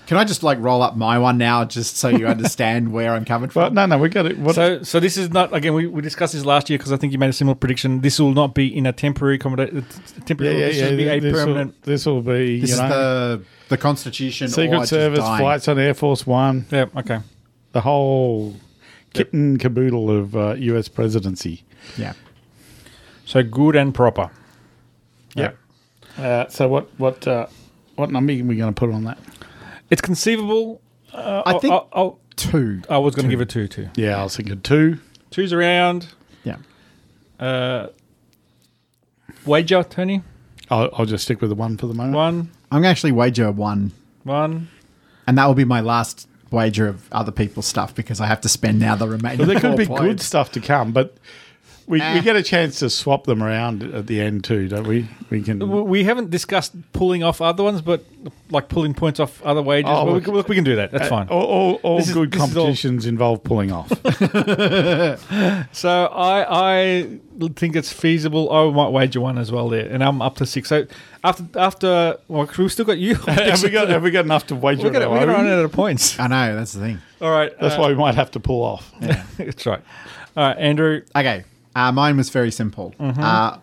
S6: can I just like roll up my one now, just so
S5: <laughs>
S6: you understand where I'm coming
S5: But
S6: from?
S5: no, no, we got it. What,
S4: So, so this is not again. We, we discussed this last year because I think you made a similar prediction. This will not be in a temporary accommodation.
S5: yeah,
S4: Temporary.
S5: yeah,
S4: this
S5: yeah.
S4: will be a
S5: this
S4: permanent.
S5: Will, this will be
S6: This
S5: you
S6: is
S5: know
S6: the the Constitution. or
S5: Secret
S6: just
S5: Service
S6: dying.
S5: flights on Air Force One,
S4: Yeah. Okay.
S5: the whole kit and caboodle of uh, U.S. presidency.
S6: Yeah.
S4: So good and proper.
S5: Yeah. Uh, so what what uh, what number are we going to put on that?
S4: It's conceivable.
S5: Oh,
S6: I think
S4: I, I,
S6: two.
S4: I was going to give it two, two.
S5: Yeah, I was thinking two.
S4: Two's around.
S6: Yeah.
S4: Uh, wager, Tony.
S5: I'll, I'll just stick with the one for the moment.
S4: One,
S6: I'm gonna actually wager one,
S4: one.
S6: and that will be my last wager of other people's stuff because I have to spend now the remaining.
S5: But there could
S6: four
S5: be good
S6: points.
S5: stuff to come, but. We,
S6: Ah.
S5: we get a chance to swap them around at the end too, don't we? We can.
S4: W- We haven't discussed pulling off other ones, but like pulling points off other wages.
S5: Oh, uh,
S4: Well, we,
S5: look.
S4: can- look, we can do that. That's fine.
S5: All, all, all
S4: This is-
S5: good
S4: this is all-
S5: competitions involve pulling off.
S4: So I I think it's feasible. I might wager one as well there, and I'm up to six. So after after well, we've still got
S5: <laughs>
S4: you. <laughs>
S5: have we got have we got enough to wager?
S4: we're gonna,
S5: on
S4: we're
S5: our
S4: gonna
S5: own?
S4: run out of
S5: <laughs>
S4: points.
S6: I know that's the thing.
S4: All right,
S5: That's why we might have to pull off.
S4: why. That's right. All right, Andrew.
S6: Okay, uh, mine was very simple.
S5: Mm-hmm.
S6: Uh,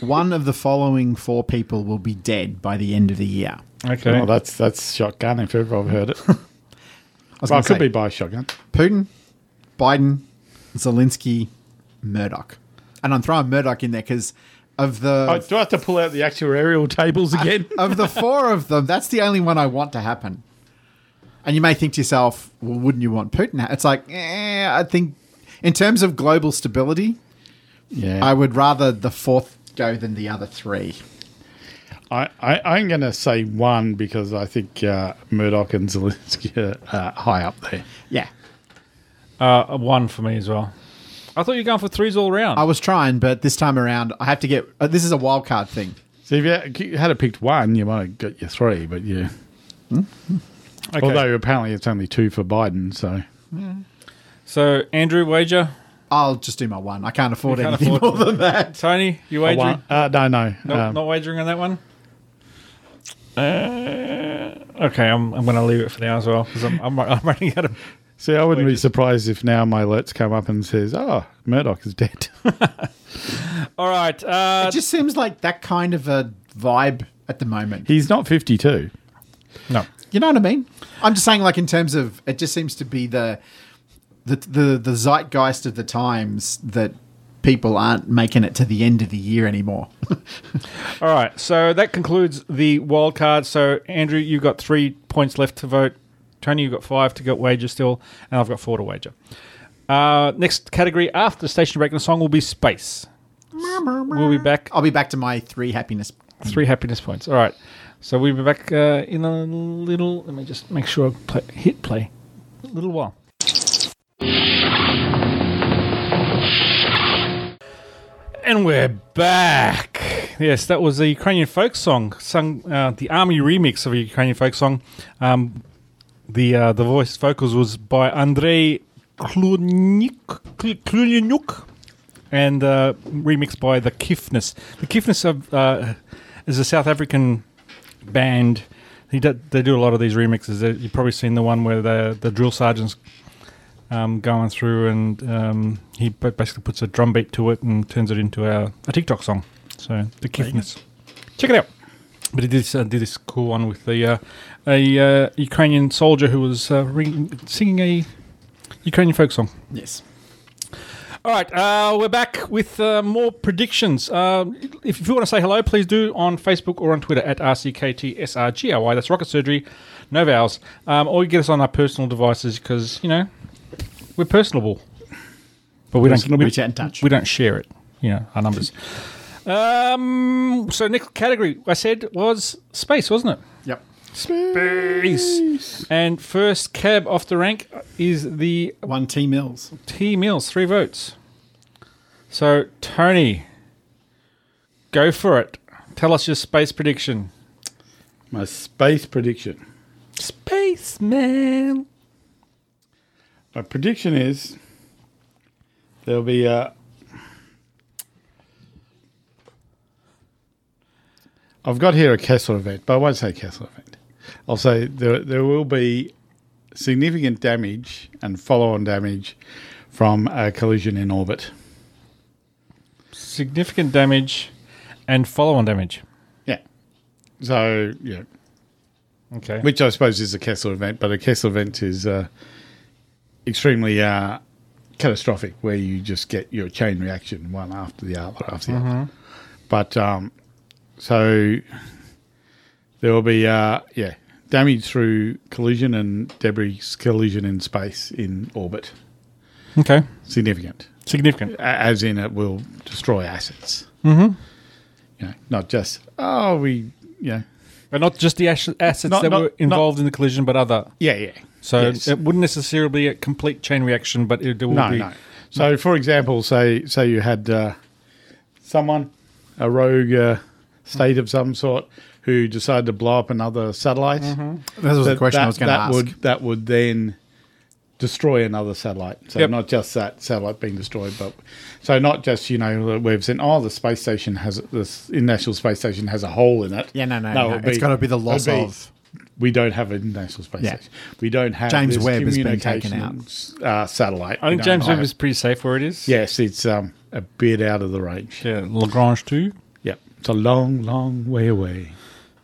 S6: one of the following four people will be dead by the end of the year.
S4: Okay.
S5: Well, Oh, that's that's shotgun if ever I've <laughs> heard it.
S6: I
S5: well,
S6: was going
S5: it
S6: to
S5: could be
S6: say
S5: by shotgun.
S6: Putin, Biden, Zelensky, Murdoch, and I'm throwing Murdoch in there because of the
S5: Oh, do I have to pull out the actuarial tables
S4: Uh,
S5: again?
S4: Oh.
S6: of the four of them, that's the only one I want to happen. And you may think to yourself, well, wouldn't you want Putin? ha-" It's like, eh, I think in terms of global stability,
S5: Yeah.
S6: I would rather the fourth go than the other three.
S5: I, I, I'm going to say one because I think uh, Murdoch and Zelensky are uh, high up there.
S6: Yeah.
S4: <laughs> Uh, one for me as well. I thought you were going for threes all round.
S6: I was trying, but this time around, I have to get. Uh, this is a wild card thing.
S5: So if you had- you had picked one, you might have got your three, but yeah.
S4: Okay.
S5: Although apparently it's only two for Biden, so
S4: so Andrew wager,
S6: I'll just do my one. I can't afford
S4: can't
S6: anything <laughs>
S4: afford- <laughs>
S6: more than that.
S4: Tony, you
S5: I
S4: wagering?
S5: won. Uh, no, no,
S4: No,
S5: um,
S4: not wagering on that one. Uh, okay, I'm, I'm going to leave it for now as well because I'm, I'm, I'm running out of.
S5: See, I wouldn't be surprised if now my alerts come up and says, "Oh, Murdoch is dead."
S4: <laughs>
S5: <laughs>
S4: All right, uh,
S6: It just seems like that kind of a vibe at the moment.
S5: He's not fifty-two.
S4: no.
S6: You know what I mean? I'm just saying, like in terms of, it just seems to be the the the, the zeitgeist of the times that people aren't making it to the end of the year anymore. <laughs>
S4: All right, so that concludes the wild card. So Andrew, you've got three points left to vote. Tony, you've got five to get wager still, and I've got four to wager. Uh, next category after the station break and the song will be space. We'll be back
S6: I'll be back to my three happiness.
S4: three happiness points. All right. So we'll be back uh, in a little. Let me just make sure I play, hit play. A little while. And we're back. Yes, that was a Ukrainian folk song, sung uh, the army remix of a Ukrainian folk song. Um, the uh, the voice vocals was by Andrei Klunyuk, Klunyuk and uh, remixed by the Kifness. The Kifness of, uh, is a South African band. He do, they do a lot of these remixes. They- You've probably seen the one where the the drill sergeants um, going through and um, he ba- basically puts a drum beat to it and turns it into a, a TikTok song. So the Kifness. Check it out. But he did this, uh, did this cool one with the uh, a uh, Ukrainian soldier who was uh, ring, singing a Ukrainian folk song.
S6: Yes.
S4: All right, uh, we're back with uh, more predictions. Uh, if, if you want to say hello, please do on Facebook or on Twitter at RCKTSRGRY. That's Rocket Surgery, no vowels. Um, or you get us on our personal devices because, you know, we're personable. But we don't,
S6: Personable.
S4: we,
S6: We chat in touch.
S4: we don't share it, you know, our
S6: <laughs>
S4: numbers. um, so, next category I said was space, wasn't it?
S6: Yep.
S4: Space. And first cab off the rank is the
S6: One T Mills.
S4: T Mills, three votes. So, Tony, go for it. Tell us your space prediction.
S5: My space prediction.
S4: Spaceman.
S5: My prediction is there'll be a. I've got here a Kessler event, but I won't say Kessler event. I'll say there, there will be significant damage and follow on damage from a collision in orbit.
S4: Significant damage and follow on damage.
S5: Yeah. So, yeah.
S4: Okay.
S5: which I suppose is a Kessler event, but a Kessler event is uh, extremely uh, catastrophic, where you just get your chain reaction one after the other after the
S4: Mm-hmm.
S5: other. But um, so there will be uh, yeah damage through collision and debris collision in space in orbit,
S4: okay.
S5: significant,
S4: Significant.
S5: A- as in it will destroy assets. Mm-hmm. You know, not just oh we you know
S4: But not just the ash- assets
S5: Not-
S4: that
S5: not-
S4: were
S5: not-
S4: involved in the collision, but other.
S5: yeah yeah.
S4: So,
S5: Yes.
S4: it wouldn't necessarily be a complete chain reaction, but it, there will
S5: No,
S4: be.
S5: no. So, for example, say say you had uh, someone, a rogue uh, state of some sort, who decided to blow up another satellite.
S6: That was the
S5: That-
S6: question
S5: that-
S6: I was going to
S5: that
S6: ask.
S5: Would, that would then destroy another satellite. So
S4: Yep.
S5: not just that satellite being destroyed, but so not just you know we've seen oh the space station has this international space station has a hole in it.
S6: Yeah, no, no, no.
S5: it'd
S6: It's gotta be the
S5: it'd
S6: loss
S5: be,
S6: of-
S5: We don't have an international space
S6: Yeah.
S5: station. We don't have
S6: James
S5: this
S6: Webb has been taken
S5: communications, Uh, satellite.
S4: I think
S5: We don't
S4: James Webb
S5: have-
S4: is pretty safe where it is.
S5: Yes, it's um, a bit out of the range.
S4: Yeah, Lagrange too.
S5: Yep. It's a long, long way away.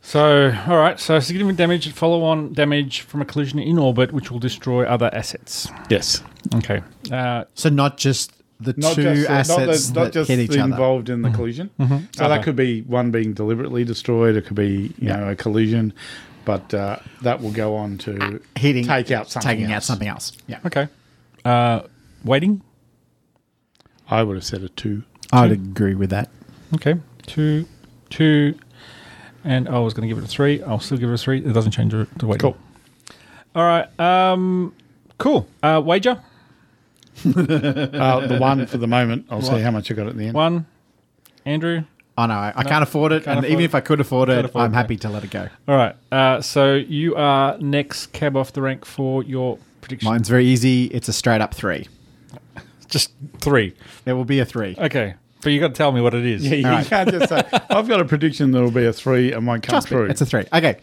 S4: So, all right. So, significant damage and follow-on damage from a collision in orbit, which will destroy other assets.
S5: Yes.
S4: Okay. Uh,
S6: so not just the two
S5: the-
S6: assets
S5: uh, the-
S6: that hit each
S5: the
S6: other. Mm-hmm.
S5: involved in the collision. So that could be one being deliberately destroyed. It could be, you know, a collision, but uh, that will go on to
S6: hitting,
S5: take out something.
S6: taking out
S5: else.
S6: something else. Yeah.
S4: okay. Uh, waiting.
S5: I would have said a two.
S6: I'd agree with that.
S4: Okay, two, two, and I was going to give it a three. I'll still give it a three. It doesn't change the the weight.
S5: Cool.
S4: All right. Um, cool. Uh, wager
S5: Uh, the one for the moment. I'll see how much I got at the end.
S4: one. Andrew.
S6: I know I, I can't afford it, and
S4: afford
S6: even
S4: it.
S6: if I could afford it,
S4: Can't afford
S6: I'm
S4: it.
S6: happy to let it go.
S4: All right. Uh, so you are next cab off the rank for your prediction.
S6: Mine's very easy. It's a straight up three.
S4: Just three.
S6: There will be a three.
S4: Okay, but you got to tell me what it is.
S5: Yeah, you
S6: Alright.
S5: can't just say I've got a prediction that'll be a three and won't come
S6: Trust
S5: through.
S6: me, it's a three. Okay.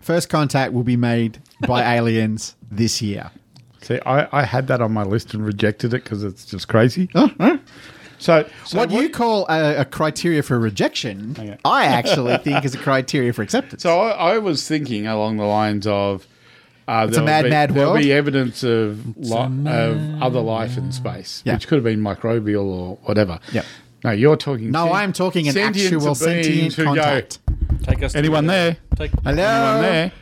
S6: First contact will be made
S5: <laughs>
S6: by aliens this year.
S5: See, I, I had that on my list and rejected it because it's just crazy. So, so
S6: what, you call a, a criteria for rejection,
S5: <laughs>
S6: I actually think is a criteria for acceptance.
S5: Oh, So I, I was thinking along the lines of uh,
S6: a
S5: there'll
S6: mad,
S5: be,
S6: mad
S5: There'll
S6: world.
S5: be evidence of li- of other life in space,
S6: Yeah.
S5: which could have been microbial or whatever.
S6: Yep.
S5: No, you're talking.
S6: no,
S5: sen-
S6: I'm talking an
S5: sentient
S6: actual
S5: beings
S6: sentient
S5: who go,
S6: contact.
S4: Take us. uh,
S5: Anyone there?
S4: Take
S6: Hello.
S5: Anyone there?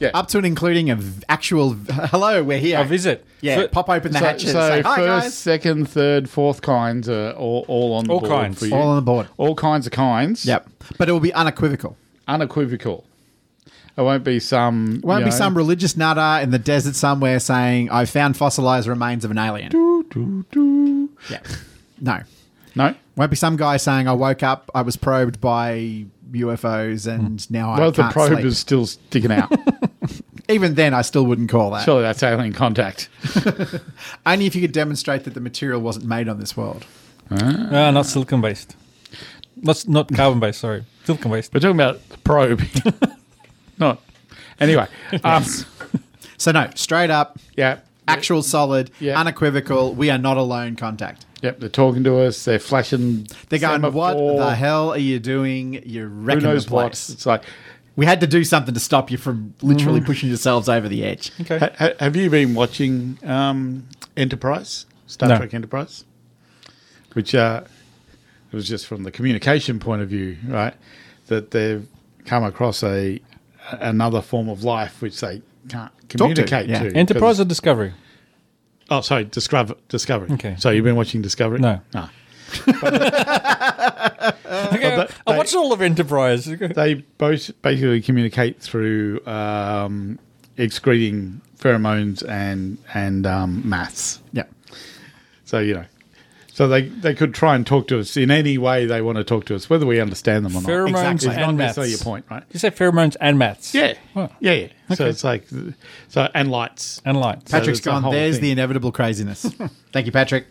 S5: Yeah.
S6: Up to and including an actual <laughs> hello, we're here.
S4: a Oh, visit.
S6: Yeah,
S4: So-
S6: pop open the
S5: so,
S6: hatches.
S5: so
S6: say,
S5: first,
S6: Hi, guys.
S5: second, third, fourth kinds are all, all on the
S4: All
S5: board
S4: kinds.
S5: for you.
S6: All on the board.
S5: All kinds of kinds.
S6: Yep. But it will be unequivocal.
S5: Unequivocal. It won't be some.
S6: It won't
S5: you
S6: be
S5: know,
S6: some religious nutter in the desert somewhere saying, I found fossilized remains of an alien. Yeah. No.
S5: No.
S6: Won't be some guy saying, I woke up, I was probed by UFOs, and now I
S5: Hmm. Well, the
S6: can't
S5: probe
S6: sleep.
S5: is still sticking
S6: <laughs>
S5: out.
S6: Even then, I still wouldn't call that.
S5: Surely that's alien contact.
S6: Only if you could demonstrate that the material wasn't made on this world.
S4: Ah, not silicon based. Not not carbon based. Sorry, silicon based.
S5: We're talking about the probe, <laughs> not.
S6: <laughs>
S5: Anyway, um,
S6: So, no, straight up,
S5: yeah,
S6: actual solid,
S5: Yeah.
S6: unequivocal, we are not alone contact.
S5: yep. They're talking to us. They're flashing.
S6: They're going,
S5: semaphore,
S6: What the hell are you doing? You're
S5: Who
S6: wrecking the
S5: knows what?
S6: place.
S5: It's like,
S6: We had to do something to stop you from literally
S5: Mm-hmm.
S6: pushing yourselves over the edge.
S4: Okay.
S5: ha- ha- have you been watching um, Enterprise, Star
S4: No.
S5: Trek Enterprise? Which uh, it was just from the communication point of view, right? That they've come across a another form of life which they can't
S6: to,
S5: communicate
S6: yeah.
S5: to.
S4: Enterprise or
S6: <laughs>
S4: Discovery?
S5: Oh, sorry, Discover, Discovery.
S4: Okay.
S5: So you've been watching Discovery? Ah.
S4: No.
S5: No.
S4: Okay, I
S5: they-
S4: watched all of Enterprise.
S5: They both basically communicate through um, excreting pheromones and and um, maths.
S6: Yeah.
S5: So you know, so they they could try and talk to us in any way they want to talk to us, whether we understand them or
S4: Pheromones
S5: not.
S4: Exactly.
S5: It's
S4: and
S5: not
S4: maths.
S5: necessarily your point, right?
S4: You say pheromones and maths.
S5: Yeah,
S4: Wow.
S5: yeah, yeah. So
S4: Okay.
S5: it's like, so and lights.
S4: And lights.
S5: So
S6: Patrick's
S5: it's a
S6: gone.
S5: whole
S6: There's
S5: thing.
S6: the inevitable craziness. <laughs> Thank you, Patrick.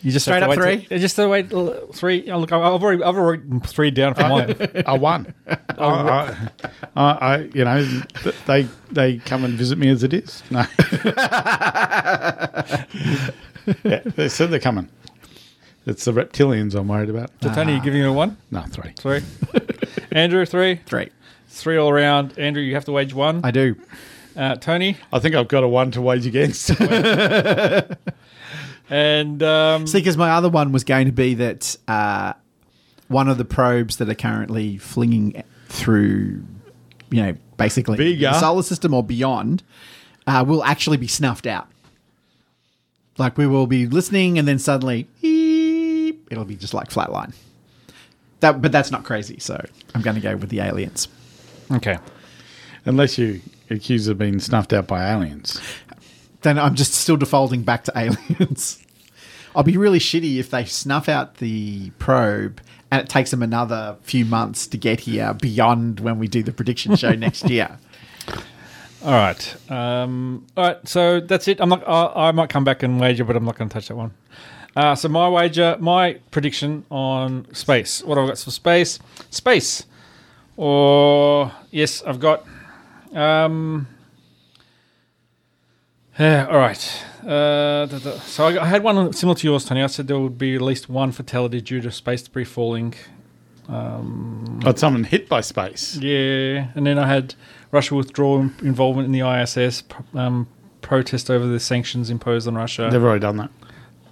S4: You just
S6: Straight
S4: have to
S6: up
S4: wait
S6: three?
S4: till- just to wait till three. Oh, look, I've I've already, I've already written three down
S6: Oh.
S4: for
S6: <laughs>
S4: mine.
S5: I <laughs> won. I, I, I, I, you know, th- they they come and visit me as it is. <laughs> No. yeah, they said they're coming. It's the reptilians I'm worried about.
S4: So Tony, you giving it a one,
S5: No, three.
S4: three.
S6: <laughs>
S4: Andrew, three,
S6: Three.
S4: three all around. Andrew, you have to wage one.
S6: I do.
S4: Uh, Tony
S5: I think I've got a one to wage against. <laughs>
S4: and um,
S6: See, because my other one was going to be that uh, one of the probes that are currently flinging through, you know, basically
S5: Bigger.
S6: the solar system or beyond, uh, will actually be snuffed out. Like we will be listening, and then suddenly, eep, it'll be just like flatline. That, but that's not crazy. So I'm going to go with the aliens.
S4: okay.
S5: Unless you accuse of being snuffed out by aliens.
S6: then I'm just still defaulting back to aliens. <laughs> I'll be really shitty if they snuff out the probe and it takes them another few months to get here beyond when we do the
S4: <laughs>
S6: prediction show next year.
S4: All right. Um, all right. So that's it. I'm not. I, I might come back and wager, but I'm not going to touch that one. Uh, so my wager, my prediction on space. What I've got for space, space, or yes, I've got. Um, yeah, all right. Uh, da- da- so I, I had one similar to yours, Tony. I said there would be at least one fatality due to space debris falling.
S5: But someone hit by space.
S4: Yeah, and then I had Russia withdraw in- involvement in the ISS pr- um, protest over the sanctions imposed on Russia.
S5: They've already done that.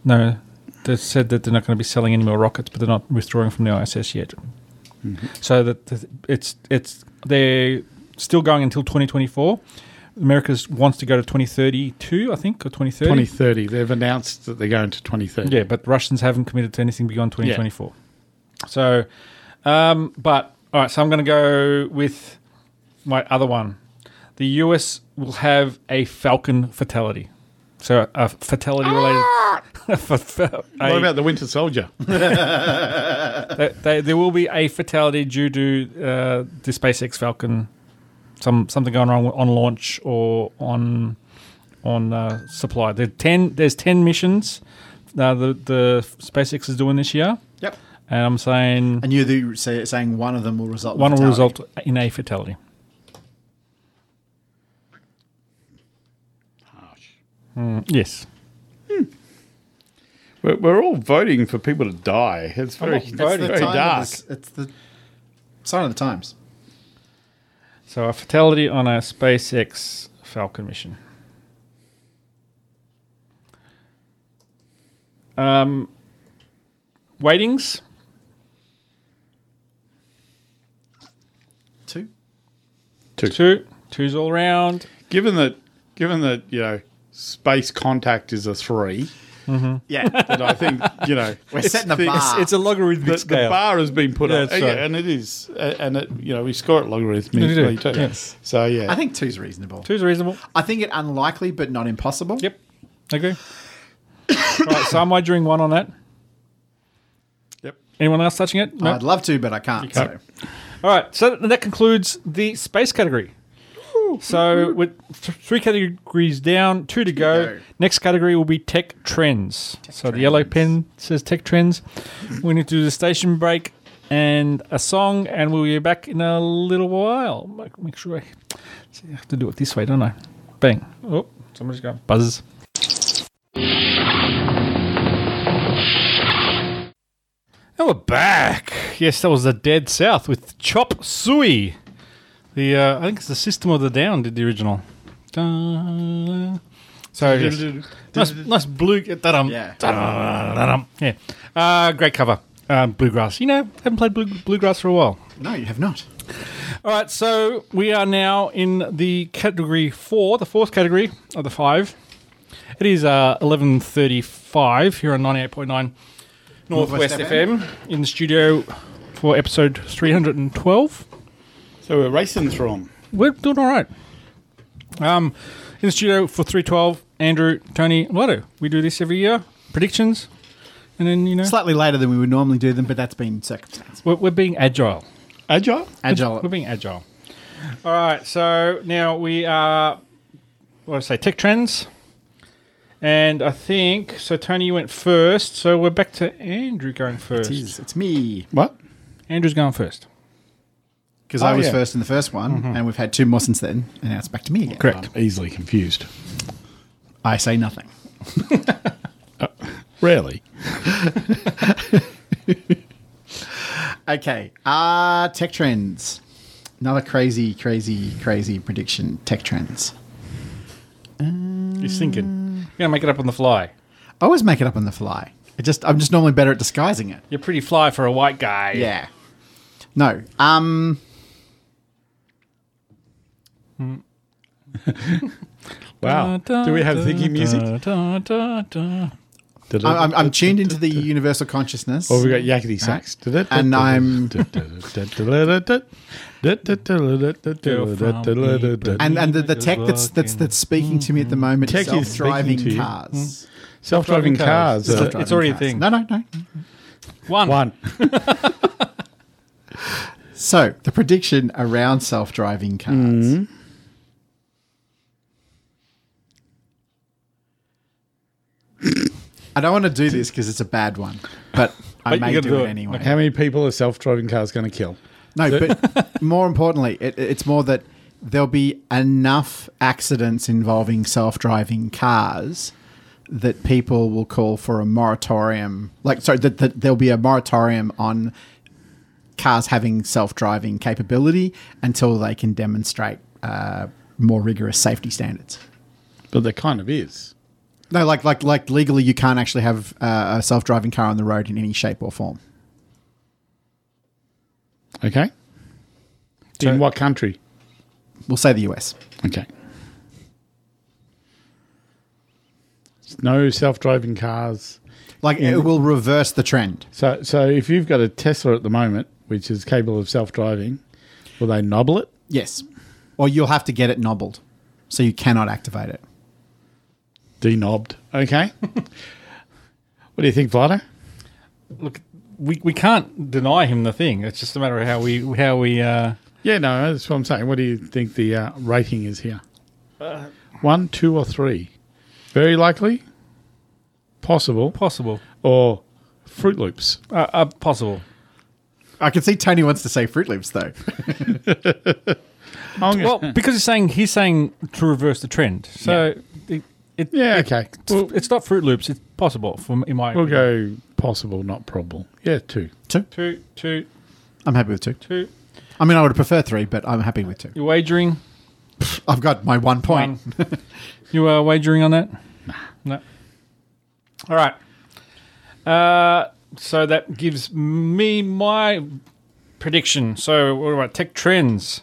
S4: No, they said that they're not going to be selling any more rockets, but they're not withdrawing from the ISS yet. So that that it's it's they're still going until 2024, America wants to go to 2032, I think, or 2030.
S5: 2030. They've announced that they're going to 2030.
S4: Yeah, but Russians haven't committed to anything beyond 2024. So, um, but all right, so I'm going to go with my other one. The US will have a Falcon fatality. So a fatality related. <laughs>
S5: What about the Winter Soldier?
S4: they, they, there will be a fatality due to uh, the SpaceX Falcon, some something going wrong on launch or on on uh, supply. There are ten there's ten missions uh, the the SpaceX is doing this year,
S6: Yep.
S4: and I'm saying
S6: And you're the, say, saying one of them will result. in
S4: one will
S6: fatality.
S4: result in a fatality. Mm, yes.
S5: We're, we're all voting for people to die. It's very,
S4: not
S5: it's
S6: It's
S4: voting.
S6: the
S5: very
S6: time of
S5: dark.
S6: this- it's the sign of the times.
S4: So a fatality on a SpaceX Falcon mission. Um, weightings.
S6: Two.
S4: Two. Two's all round.
S5: Given that, given that you know, space contact is a three. Mm-hmm. <laughs>
S6: Yeah.
S5: And I think you know
S6: <laughs> We're setting the bar.
S4: It's a logarithmic
S5: the, the
S4: scale.
S5: bar has been put
S4: Yeah,
S5: up,
S4: that's
S5: yeah,
S4: right.
S5: and it is, uh, and it, you know we score it
S4: We
S5: logarithmically
S4: do,
S5: too.
S4: yes.
S5: So yeah,
S6: I think two's reasonable.
S4: Two's reasonable.
S6: I think it unlikely, but not impossible.
S4: Yep. Agree. <coughs> right, so am I doing one on that?
S5: Yep.
S4: Anyone else touching it? No.
S6: I'd love to, but I can't.
S4: can't.
S6: So.
S4: All right, so th- that concludes the space category. So with th- three categories down, two to go.
S6: go.
S4: Next category will be tech trends. so the yellow pen says tech trends. we need to do the station break and a song, and we'll be back in a little while. Make- Make sure I, see, I have to do it this way, don't I? Bang! Oh, somebody's going buzzes. And we're back. Yes, that was the Dead South with Chop Suey. The uh, I think it's the System of the Down did the original. Da- So yes. nice, nice blue. uh, Da-dum,
S6: Yeah.
S4: da-dum, yeah. Uh, great cover. Um, bluegrass. You know, haven't played blue, bluegrass for a while.
S6: No, you have not.
S4: All right, so we are now in the category four, the fourth category of the five. It is uh, eleven thirty-five here on ninety-eight point nine Northwest
S6: Northwest
S4: FM in the studio for episode three hundred and twelve.
S5: so we're racing through 'em.
S4: We're doing all right. Um, in the studio for three twelve, Andrew, Tony, Lotto. We do this every year. Predictions, and then you know
S6: Slightly later than we would normally do them, but that's been circumstance.
S4: we're, we're being agile.
S5: Agile.
S6: Agile.
S4: We're being agile. All right. So now we are, what do I say, tech trends. And I think, so Tony, you went first. So we're back to Andrew going first.
S6: Jeez, it's me
S5: What?
S4: Andrew's going first.
S6: because
S5: Oh,
S6: I was
S5: yeah. Mm-hmm.
S6: first in the first one, and we've had two more since then, and now it's back to me again.
S4: Correct.
S5: Easily confused.
S6: I
S5: <laughs>
S6: say nothing.
S5: Uh, Rarely.
S6: <laughs> Okay. Uh tech trends. Another crazy, crazy, crazy prediction. Tech trends.
S4: He's thinking. You're going to make it up on the fly.
S6: I always make it up on the fly. It just I'm just normally better at disguising it.
S4: You're pretty fly for a white guy.
S6: Yeah. No. Um.
S5: Wow. Do we have thinking music? Uh,
S6: I- I'm, I'm tuned into
S5: <laughs>
S6: the universal consciousness.
S5: Well, Oh, we got yakety sax.
S6: And I'm-
S5: <laughs>
S6: and and the, the tech that's that's that's speaking to me at the moment
S5: Tech is
S6: is
S5: speaking
S6: self-driving
S5: to you. Hmm.
S6: cars.
S5: self-driving cars. uh,
S6: Self-driving
S4: It's already a
S6: cars.
S4: thing.
S6: No, no, no.
S4: One.
S5: one.
S6: So the prediction around self-driving cars.
S5: Hmm.
S6: I don't want to do this because it's a bad one, but I
S4: But you
S6: may do,
S4: gotta do
S6: it
S4: it.
S6: anyway.
S5: How many people are self-driving cars going to kill?
S6: No, but more importantly, it, it's more that there'll be enough accidents involving self-driving cars that people will call for a moratorium. Like, sorry, that, that there'll be a moratorium on cars having self-driving capability until they can demonstrate uh, more rigorous safety standards.
S5: But there kind of is.
S6: No, like like like legally, you can't actually have uh, a self-driving car on the road in any shape or form.
S5: Okay. In what country?
S6: We'll say the US.
S5: Okay. no self-driving cars.
S6: Like it
S5: In-
S6: will reverse the trend.
S5: So, so if you've got a Tesla at the moment, which is capable of self-driving, will they nobble it?
S6: Yes. Or you'll have to get it nobbled. So you cannot activate it.
S5: Denobbed. Okay. <laughs> what do you think, Vlado?
S4: Look, we, we can't deny him the thing. It's just a matter of how we how we. Uh,
S5: Yeah, no, that's what I'm saying. What do you think the uh, rating is here? One, two, or three? Very likely, possible,
S4: possible.
S5: or Fruit Loops.
S4: Uh, uh, possible.
S6: I can see Tony wants to say Fruit Loops though.
S5: I'm gonna- <laughs>
S4: Well, because he's saying he's saying to reverse the trend. So it, it,
S5: yeah,
S4: it-
S5: okay.
S4: it's,
S5: We'll,
S4: it's not Fruit Loops. It's possible. From in my
S5: we'll
S4: opinion.
S5: go possible, not probable. Yeah, two.
S6: Two.
S4: two two
S6: I'm happy with two.
S4: two.
S6: I mean, I would prefer three, but I'm happy with two.
S4: You're wagering.
S6: I've got my one point.
S4: One. you are wagering on that? No. All right. Uh, so that gives me my prediction. So what about tech trends?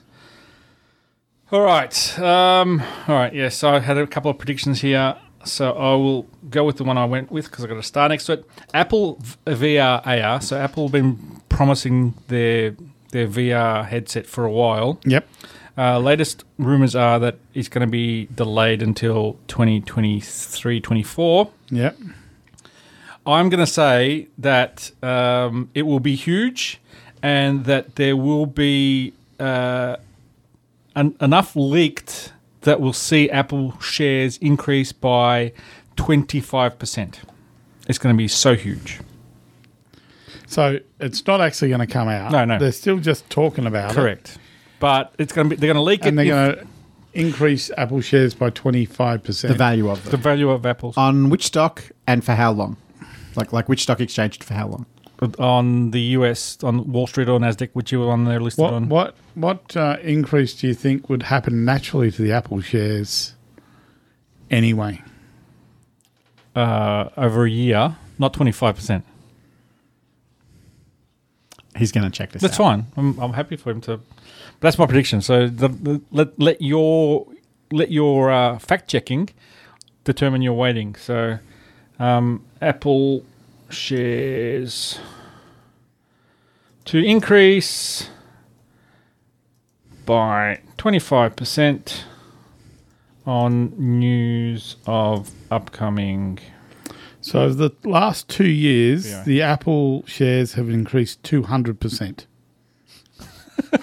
S4: All right. Um, all right. Yeah. So I had a couple of predictions here. So I will go with the one I went with because I got a star next to it. Apple v- VR AR. So Apple been promising their their VR headset for a while.
S5: Yep.
S4: Uh, latest rumors are that it's going to be delayed until 2023 24.
S5: Yep.
S4: I'm going to say that um, it will be huge and that there will be uh, en- enough leaked that we'll see Apple shares increase by 25%. It's going to be so huge.
S5: So it's not actually going to come out.
S4: No, no.
S5: They're still just talking about it.
S4: Correct. But it's going to be, they're going to leak
S5: And
S4: it
S5: they're
S4: if-
S5: going to increase Apple shares by 25%.
S6: The value of
S4: the
S6: them.
S4: value of Apple's
S6: On which stock and for how long? Like like which stock exchanged for how long?
S4: on the US, on Wall Street or NASDAQ, which you were on there listed
S5: What
S4: on.
S5: what what uh, increase do you think would happen naturally to the Apple shares? Anyway,
S4: uh, over a year, not 25%.
S6: He's going to check this
S4: That's
S6: out.
S4: fine. I'm, I'm happy for him to. That's my prediction. So the, the, let let your let your uh, fact checking determine your weighting. So um, Apple shares to increase by 25% on news of upcoming
S5: so over the last two years,
S4: Yeah.
S5: the Apple shares have increased two
S4: <laughs>
S5: hundred percent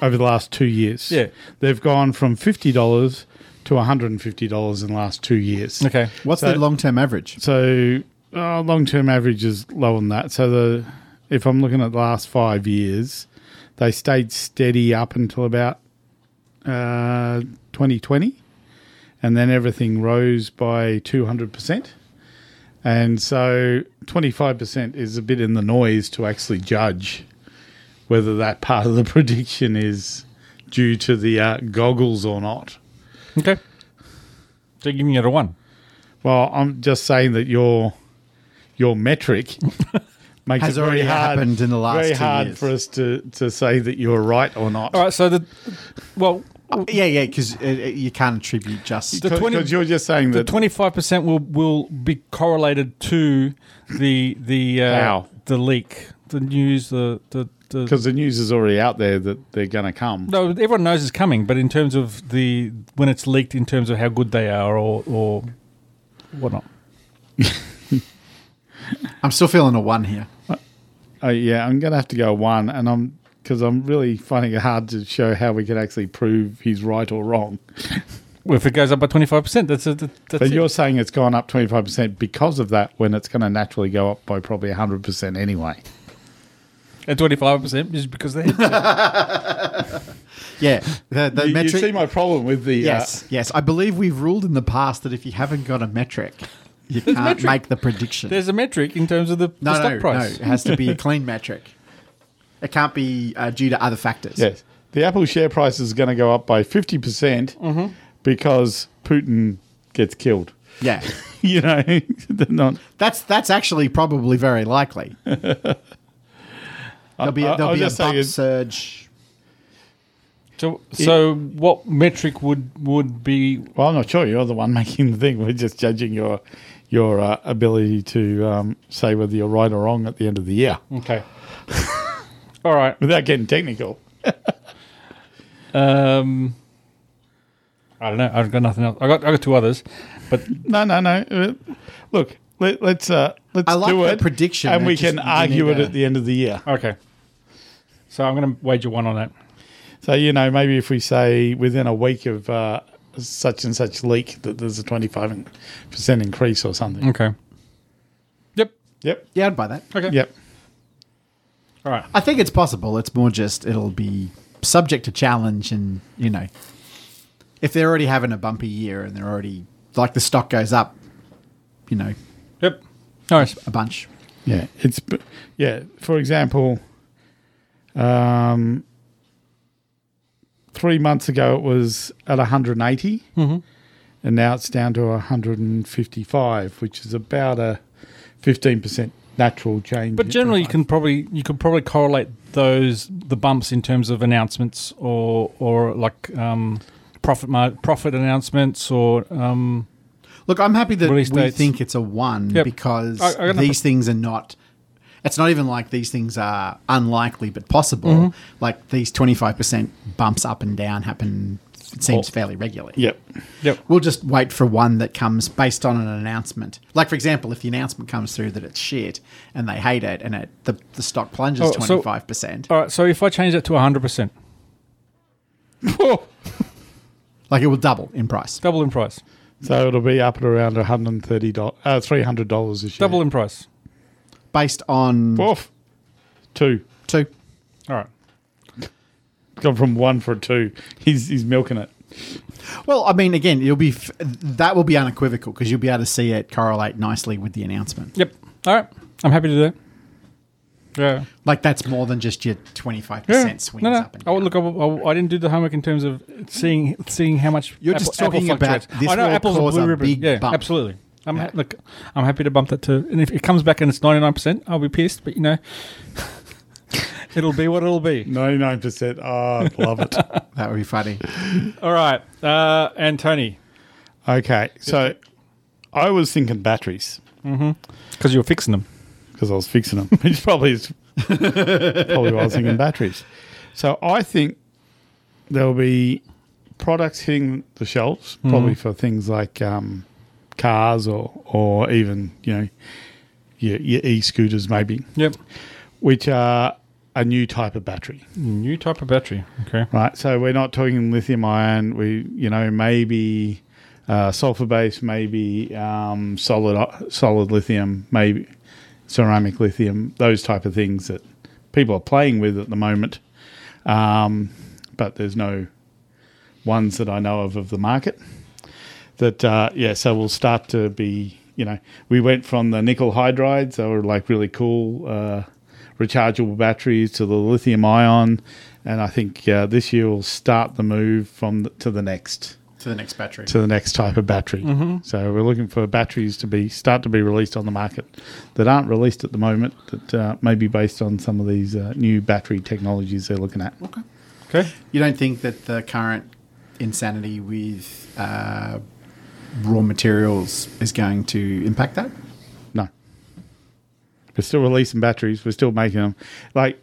S5: over the last two years.
S4: Yeah.
S5: they've gone from fifty dollars to one hundred and fifty dollars in the last two years.
S4: okay
S6: What's
S5: So-
S6: their long term average?
S5: So uh, long term average is low on that. So the if I'm looking at the last five years, they stayed steady up until about uh, 2020, and then everything rose by 200 percent. And so 25 percent is a bit in the noise to actually judge whether that part of the <laughs> prediction is due to the uh, goggles or not.
S4: okay so giving it a one
S5: Well, I'm just saying that your your
S6: <laughs>
S5: metric makes
S6: Has
S5: it very
S6: already
S5: hard,
S6: happened in the last
S5: very
S6: two
S5: hard
S6: years.
S5: for us to, to say that you're right or not.
S4: all right so the well
S6: Oh, Yeah, yeah, because you can't attribute just.
S4: The 20
S5: Because you're just saying
S4: the
S5: that
S4: twenty five percent will will be correlated to the the uh,
S5: How?
S4: the leak, the news, the the. the
S5: because the news is already out there that they're going to come.
S4: no, everyone knows it's coming, but in terms of the when it's leaked, in terms of how good they are or or whatnot.
S6: I'm still feeling a one here.
S5: Oh yeah, I'm going to have to go one, and I'm because I'm really finding it hard to show how we can actually prove he's right
S4: <laughs>
S5: or wrong.
S4: Well, if it goes up by twenty five percent, that's a, that- that's
S5: But
S4: it.
S5: you're saying it's gone up 25 percent because of that, when it's going to naturally go up by probably 100 percent anyway.
S4: at twenty five percent just because they. All
S6: Yeah, the, the
S5: You, you
S6: metric.
S5: see my problem with the uh,
S6: yes, yes. I believe we've ruled in the past that if you haven't got a metric, you can't make the
S4: <laughs>
S6: prediction.
S4: There's a metric in terms of the, the
S6: no,
S4: stock
S6: no,
S4: price.
S6: no. It has to be a clean metric. It can't be uh, due to other factors.
S5: Yes. The Apple share price is going to go up by 50% percent
S6: Mm-hmm.
S5: because Putin gets killed. <laughs>
S6: Yeah,
S5: You know, <laughs> they're not.
S6: that's that's actually probably very likely. There'll be
S5: I-
S6: a,
S5: I
S6: there'll
S5: was
S6: be a
S5: just saying
S6: bump
S5: it-
S6: surge.
S4: So, so what metric would would be?
S5: Well, I'm not sure. You're the one <laughs> making the thing. We're just judging your your uh, ability to um, say whether you're right or wrong at the end of the year
S6: Mm.
S4: Okay. <laughs> All right.
S5: without getting technical.
S4: Um, I don't know. I've got nothing else. I got I got two others, but
S5: No, no, no. Uh, Look, let, let's uh, let's
S6: I like
S5: do
S6: that
S5: it
S6: prediction.
S5: and
S6: I
S5: we
S6: just-
S5: can
S6: you
S5: argue
S6: need
S5: it
S6: a-
S5: at the end of the year.
S4: okay. So I'm going to wager one on that.
S5: So you know, maybe if we say within a week of uh, such and such leak that there's a 25 percent increase or something.
S4: Okay. Yep.
S5: Yep.
S6: Yeah, I'd buy that.
S4: Okay.
S5: Yep.
S4: All right.
S6: I think it's possible. It's more just it'll be subject to challenge, and you know, if they're already having a bumpy year and they're already like the stock goes up, you know,
S4: Yep. All right.
S6: a bunch.
S5: Yeah, it's b- yeah. For example, um, three months ago it was at 180,
S4: Mm-hmm.
S5: and now it's down to 155, which is about a 15 percent natural change.
S4: But generally, you can probably you could probably correlate those the bumps in terms of announcements or or like um, profit mar- profit announcements or um,
S6: Look, I'm happy that
S4: Release
S6: we
S4: dates.
S6: think it's a one
S4: Yep.
S6: because
S4: I- I got nothing.
S6: these things are not. It's not even like these things are unlikely but possible.
S4: Mm-hmm.
S6: Like these 25% bumps up and down happen, it seems
S4: Oh.
S6: fairly regularly.
S5: yep.
S4: yep.
S6: We'll just wait for one that comes based on an announcement. Like, for example, if the announcement comes through that it's shit and they hate it and it, the, the stock plunges
S4: Oh, so-
S6: 25%,
S4: All right. So if I change that to 100, percent
S6: like it will double in price.
S4: double in price,
S5: So it'll be up at around 130 dollars, uh, 300 dollars a share.
S4: double in price.
S6: Based on
S5: Woof. two.
S6: two.
S4: All right.
S5: Gone from one for a two. He's he's milking it.
S6: Well, I mean, again, you'll be f- that will be unequivocal because you'll be able to see it correlate nicely with the announcement.
S4: Yep. All right. I'm happy to do that. Yeah.
S6: Like that's more than just your twenty five
S4: Yeah.
S6: percent swings
S4: No, no.
S6: up and
S4: I,
S6: down.
S4: look, I, I, I didn't do the homework in terms of seeing seeing how much
S6: You're just talking about
S4: fluctuates.
S6: this
S4: I know
S6: will
S4: apples and
S6: cause
S4: blue
S6: a
S4: ribbon.
S6: big
S4: yeah,
S6: bump.
S4: absolutely. I'm ha- look. I'm happy to bump that to, and if it comes back and it's 99, percent I'll be pissed. But you know, <laughs> it'll be what it'll be.
S5: 99%. Oh, love it.
S6: that would be funny.
S4: All right, uh, and Tony,
S5: <laughs> Okay. So I was thinking batteries
S4: because you're fixing them.
S5: because I was fixing them, which probably is probably why I was thinking batteries. So I think there'll be products hitting the shelves, probably for things like um, cars or, or even, you know, your, your e scooters, maybe,
S4: Yep.
S5: which are a new type of battery.
S4: New type of battery. Okay.
S5: right? So we're not talking lithium ion. We, you know, maybe uh, sulfur base, maybe um, solid solid lithium, maybe ceramic lithium. Those type of things that people are playing with at the moment. Um, but there's no ones that I know of of the market. That uh, yeah, so we'll start to be. You know, we went from the nickel hydrides, they were like really cool uh, rechargeable batteries, to the lithium ion, and I think uh, this year will start the move from the, to the next
S6: To the next battery.
S5: to the next type of battery. So we're looking for batteries to be start to be released on the market that aren't released at the moment, that uh, may be based on some of these uh, new battery technologies they're looking at.
S4: Okay.
S6: You don't think that the current insanity with uh, raw materials is going to impact that?
S5: No. We're still releasing batteries. We're still making them. Like,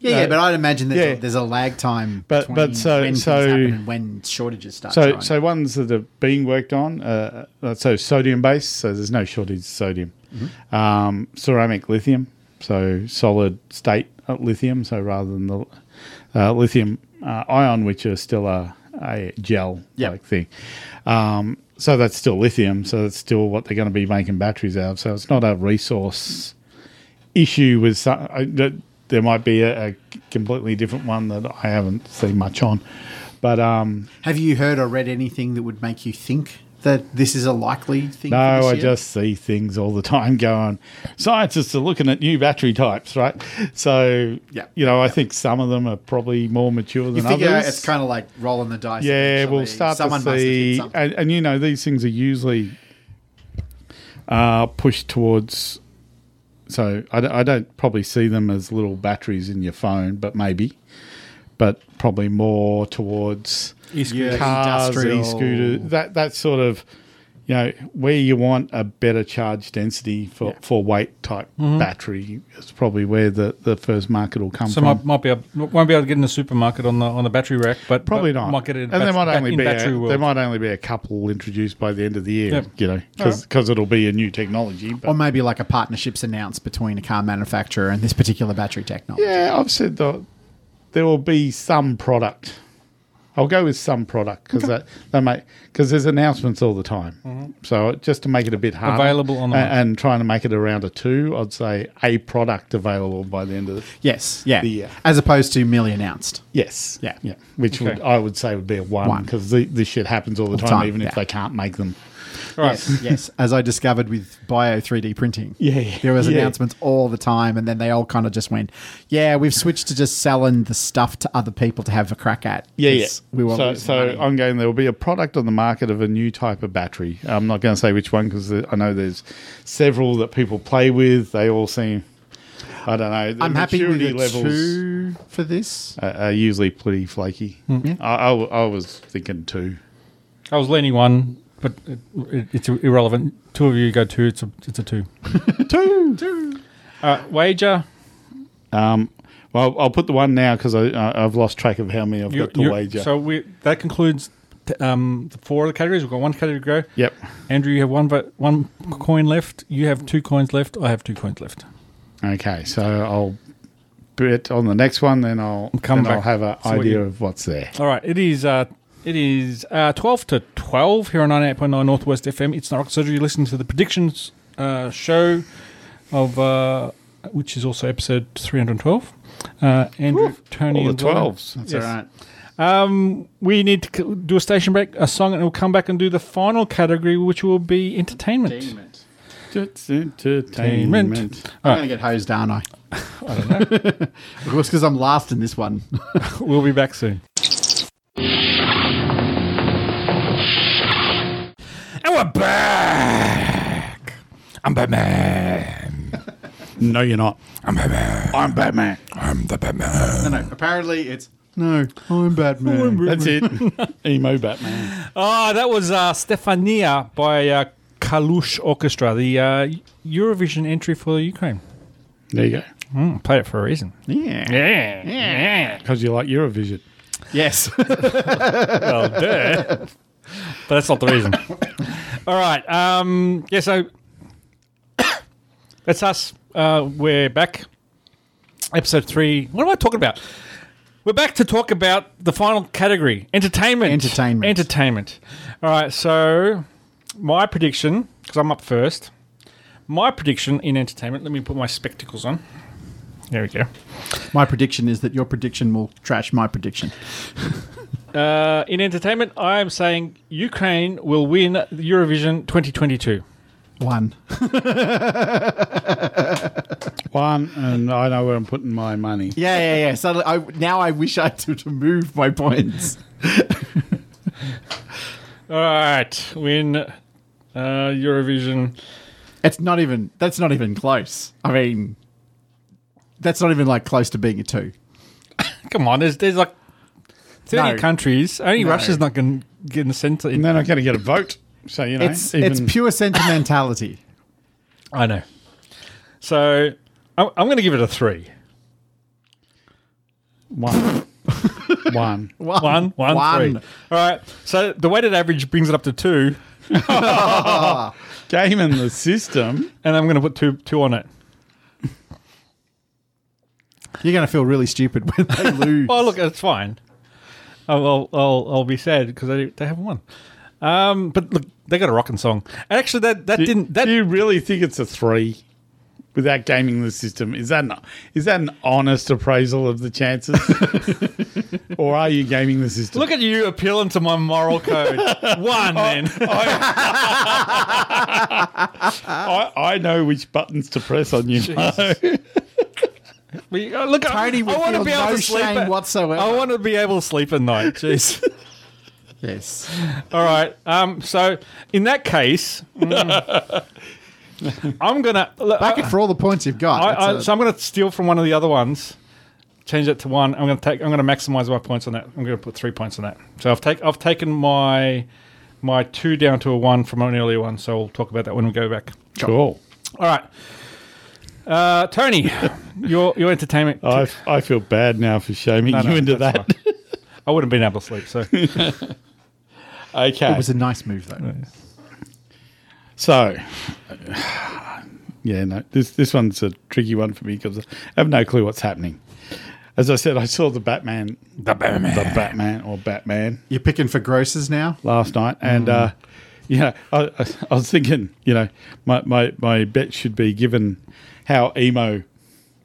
S6: Yeah, Uh, yeah, but I'd imagine there's,
S5: yeah.
S6: a, there's a lag time.
S5: But-
S6: between
S5: but so-
S6: when things
S5: so-
S6: happen and when shortages start.
S5: so,
S6: to
S5: so ones that are being worked on, uh, uh, so sodium base, so there's no shortage of sodium.
S6: Mm-hmm.
S5: Um, ceramic lithium, so solid state uh, lithium, so rather than the uh, lithium uh, ion, which are still a, a gel
S6: Yep.
S5: like thing. Um, so that's still lithium, so that's still what they're going to be making batteries out of. So it's not a resource issue with some, I, that there might be a, a completely different one that I haven't seen much on, but um,
S6: Have you heard or read anything that would make you think that this is a likely thing?
S5: no,
S6: for this
S5: I
S6: year?
S5: just see things all the <laughs> time going. Scientists are looking at new battery types, right? So
S6: Yeah.
S5: you know, I think some of them are probably more mature than
S6: you figure
S5: others.
S6: it's kind of like rolling the dice.
S5: yeah,
S6: eventually.
S5: we'll start
S6: Someone
S5: to
S6: must have hit
S5: see,
S6: something.
S5: and, and you know, these things are usually uh, pushed towards. So I, don't- I don't probably see them as little batteries in your phone, but maybe. but probably more towards
S4: E-scooters.
S5: cars,
S6: Industrial.
S5: e-scooters, that that sort of you know where you want a better charge density for, for weight type
S6: Mm-hmm.
S5: battery is probably where the, the first market will come
S4: So
S5: from.
S4: might, might be able, won't be able to get in the supermarket on the on the battery rack, but
S5: Probably
S4: but
S5: not.
S4: Might get it, in
S5: and there
S4: bat-
S5: might
S4: bat-
S5: only
S4: in
S5: be
S4: battery
S5: a,
S4: world.
S5: there might only be a couple introduced by the end of the year.
S4: Yep.
S5: You know, because it'll be a new technology. But
S6: Or maybe like a partnership's announced between a car manufacturer and this particular battery technology.
S5: yeah, I've said that there will be some product. I'll go with some product because that they make because there's announcements all the time. So just to make it a bit harder,
S4: Mm-hmm. Available on the
S5: a-
S4: market.
S5: and, trying to make it around a two, I'd say a product available by the end of the
S6: Yes. Yeah.
S5: The, uh,
S6: As opposed to merely announced.
S5: yes,
S6: Yeah.
S5: yeah, which would,
S4: Okay.
S5: I would say would be a one
S6: One.
S5: because this shit happens all the time,
S6: time,
S5: even
S6: yeah.
S5: if they can't make them.
S4: All right.
S5: <laughs>
S6: Yes. yes. As I discovered with bio 3D printing.
S5: Yeah, yeah,
S6: There was
S5: yeah.
S6: announcements all the time and then they all kind of just went, yeah, we've switched to just selling the stuff to other people to have a crack at.
S5: Yeah, yeah.
S6: 'Cause We won't
S5: so,
S6: lose
S5: so
S6: money."
S5: I'm going. There will be a product on the market of a new type of battery. I'm not going to say which one because I know there's several that people play with. They all seem, I don't know. The
S6: I'm happy with
S5: maturity
S6: the two for this.
S5: are- are usually pretty flaky.
S6: Mm-hmm.
S5: I, I w- I was thinking two.
S4: I was leaning one, but it, it, it's irrelevant. Two of you go two. It's a it's a two.
S5: Two.
S4: All right. Wager.
S5: Well, I'll put the one now because I, I I've lost track of how many I've
S4: You-
S5: got to
S4: you-
S5: wager.
S4: So we that concludes t- um, the four of the categories. We've got one category to go.
S5: yep.
S4: Andrew, you have one vote, one coin left. You have two coins left. I have two coins left.
S5: Okay. So I'll bet on the next one. Then I'll
S4: Come
S5: then I'll
S4: back.
S5: have an
S4: So what
S5: idea
S4: you-
S5: of what's there.
S4: All right. It is. Uh, it is uh, twelve to twelve here on ninety eight point nine Northwest FM. It's not rocket surgery. You listen to the predictions uh, show of uh, which is also episode three hundred twelve. Uh, Andrew, Tony,
S5: All the
S4: and Lauren.
S5: twelves.
S6: That's
S4: yes.
S6: all right.
S4: Um, we need to c- do a station break, a song, and we'll come back and do the final category, which will be entertainment.
S5: Just entertainment. Uh,
S6: I'm going to get hosed,
S5: <laughs>
S6: aren't I? I don't know. <laughs> of course, because I'm last in this one.
S4: We'll be back soon. And we're back. I'm Batman.
S5: No, you're not.
S4: I'm Batman.
S5: I'm Batman.
S4: I'm the Batman.
S6: no, no. Apparently, it's no. I'm Batman. <laughs>
S5: That's it. <laughs> Emo Batman.
S4: Ah, that was uh, Stefania by uh, Kalush Orchestra, the uh, Eurovision entry for Ukraine.
S5: There you go.
S4: Mm, played it for a reason.
S6: Yeah.
S4: Yeah.
S5: Because you like Eurovision.
S6: Yes.
S4: Well, duh. but that's not the reason. All right. Um, yeah, so <coughs> that's us. Uh, we're back. Episode three. What am I talking about? We're back to talk about the final category entertainment.
S6: Entertainment.
S4: Entertainment. All right. So, my prediction, because I'm up first, my prediction in entertainment, let me put my spectacles on. There we go.
S6: my prediction is that your prediction will trash my prediction.
S4: Uh, in entertainment, I am saying Ukraine will win Eurovision 2022.
S6: One.
S5: One, and I know where I'm putting my money.
S6: Yeah, yeah, yeah. Suddenly, I, now I wish I had move my points.
S4: All right, win uh, Eurovision.
S6: It's not even. That's not even close. I mean, that's not even like close to being a two.
S4: Come on, there's there's like 30
S6: No.
S4: countries. Only Russia's not going to get in the centre.
S5: And they're not going to get a vote. So, you know,
S6: It's it's pure <laughs> sentimentality.
S4: I know. So I'm, I'm going to give it a three.
S6: <laughs>
S5: one. one.
S4: One, one, three. All right. So the weighted average brings it up to two,
S5: Game in the system.
S4: and I'm going to put two two on it.
S6: You're going to feel really stupid when <laughs> they lose.
S4: Well, look, it's fine. I'll I'll, I'll, I'll be sad because they, they haven't won. Um, but look, they got a rocking song. And actually, that that didn't that
S5: Do you really think it's a three without gaming the system? Is that an, is that an honest appraisal of the chances? <laughs> or are you gaming the system?
S4: Look at you appealing to my moral
S6: <laughs>
S4: code. One, then. <laughs>
S5: I, I know which buttons to press on you.
S4: We- uh, look, I,
S6: Tony would
S4: I want to
S6: feel
S4: be able
S6: no
S4: to sleep
S6: shame
S4: at,
S6: whatsoever.
S4: I want to be able to sleep at
S6: <laughs>
S4: night. Jeez.
S6: Yes.
S4: All right. Um. So in that case,
S6: <laughs>
S4: mm, I'm gonna. Look,
S6: Back it for all the points you've got.
S4: I,
S6: That's
S4: I,
S6: a-
S4: so I'm gonna steal from one of the other ones. change it to one. I'm going to take. I'm going to maximize my points on that. I'm going to put three points on that. So I've take. I've taken my my two down to a one from an earlier one. So we'll talk about that when we go back.
S5: Cool.
S4: All right. Uh, Tony, <laughs> your your entertainment.
S5: I, I feel bad now for shaming
S4: No, no,
S5: you into
S4: that's
S5: that.
S4: I wouldn't have been able to sleep. So
S5: <laughs> okay.
S6: It was a nice move, though.
S5: so, <sighs> yeah, no, this, this one's a tricky one for me because I have no clue what's happening. As I said, I saw the Batman. The Batman. The Batman or Batman.
S6: You're picking for grosses now.
S5: last night,
S4: Mm.
S5: and uh, you know, I, I, I was thinking, you know, my, my my bet should be given how emo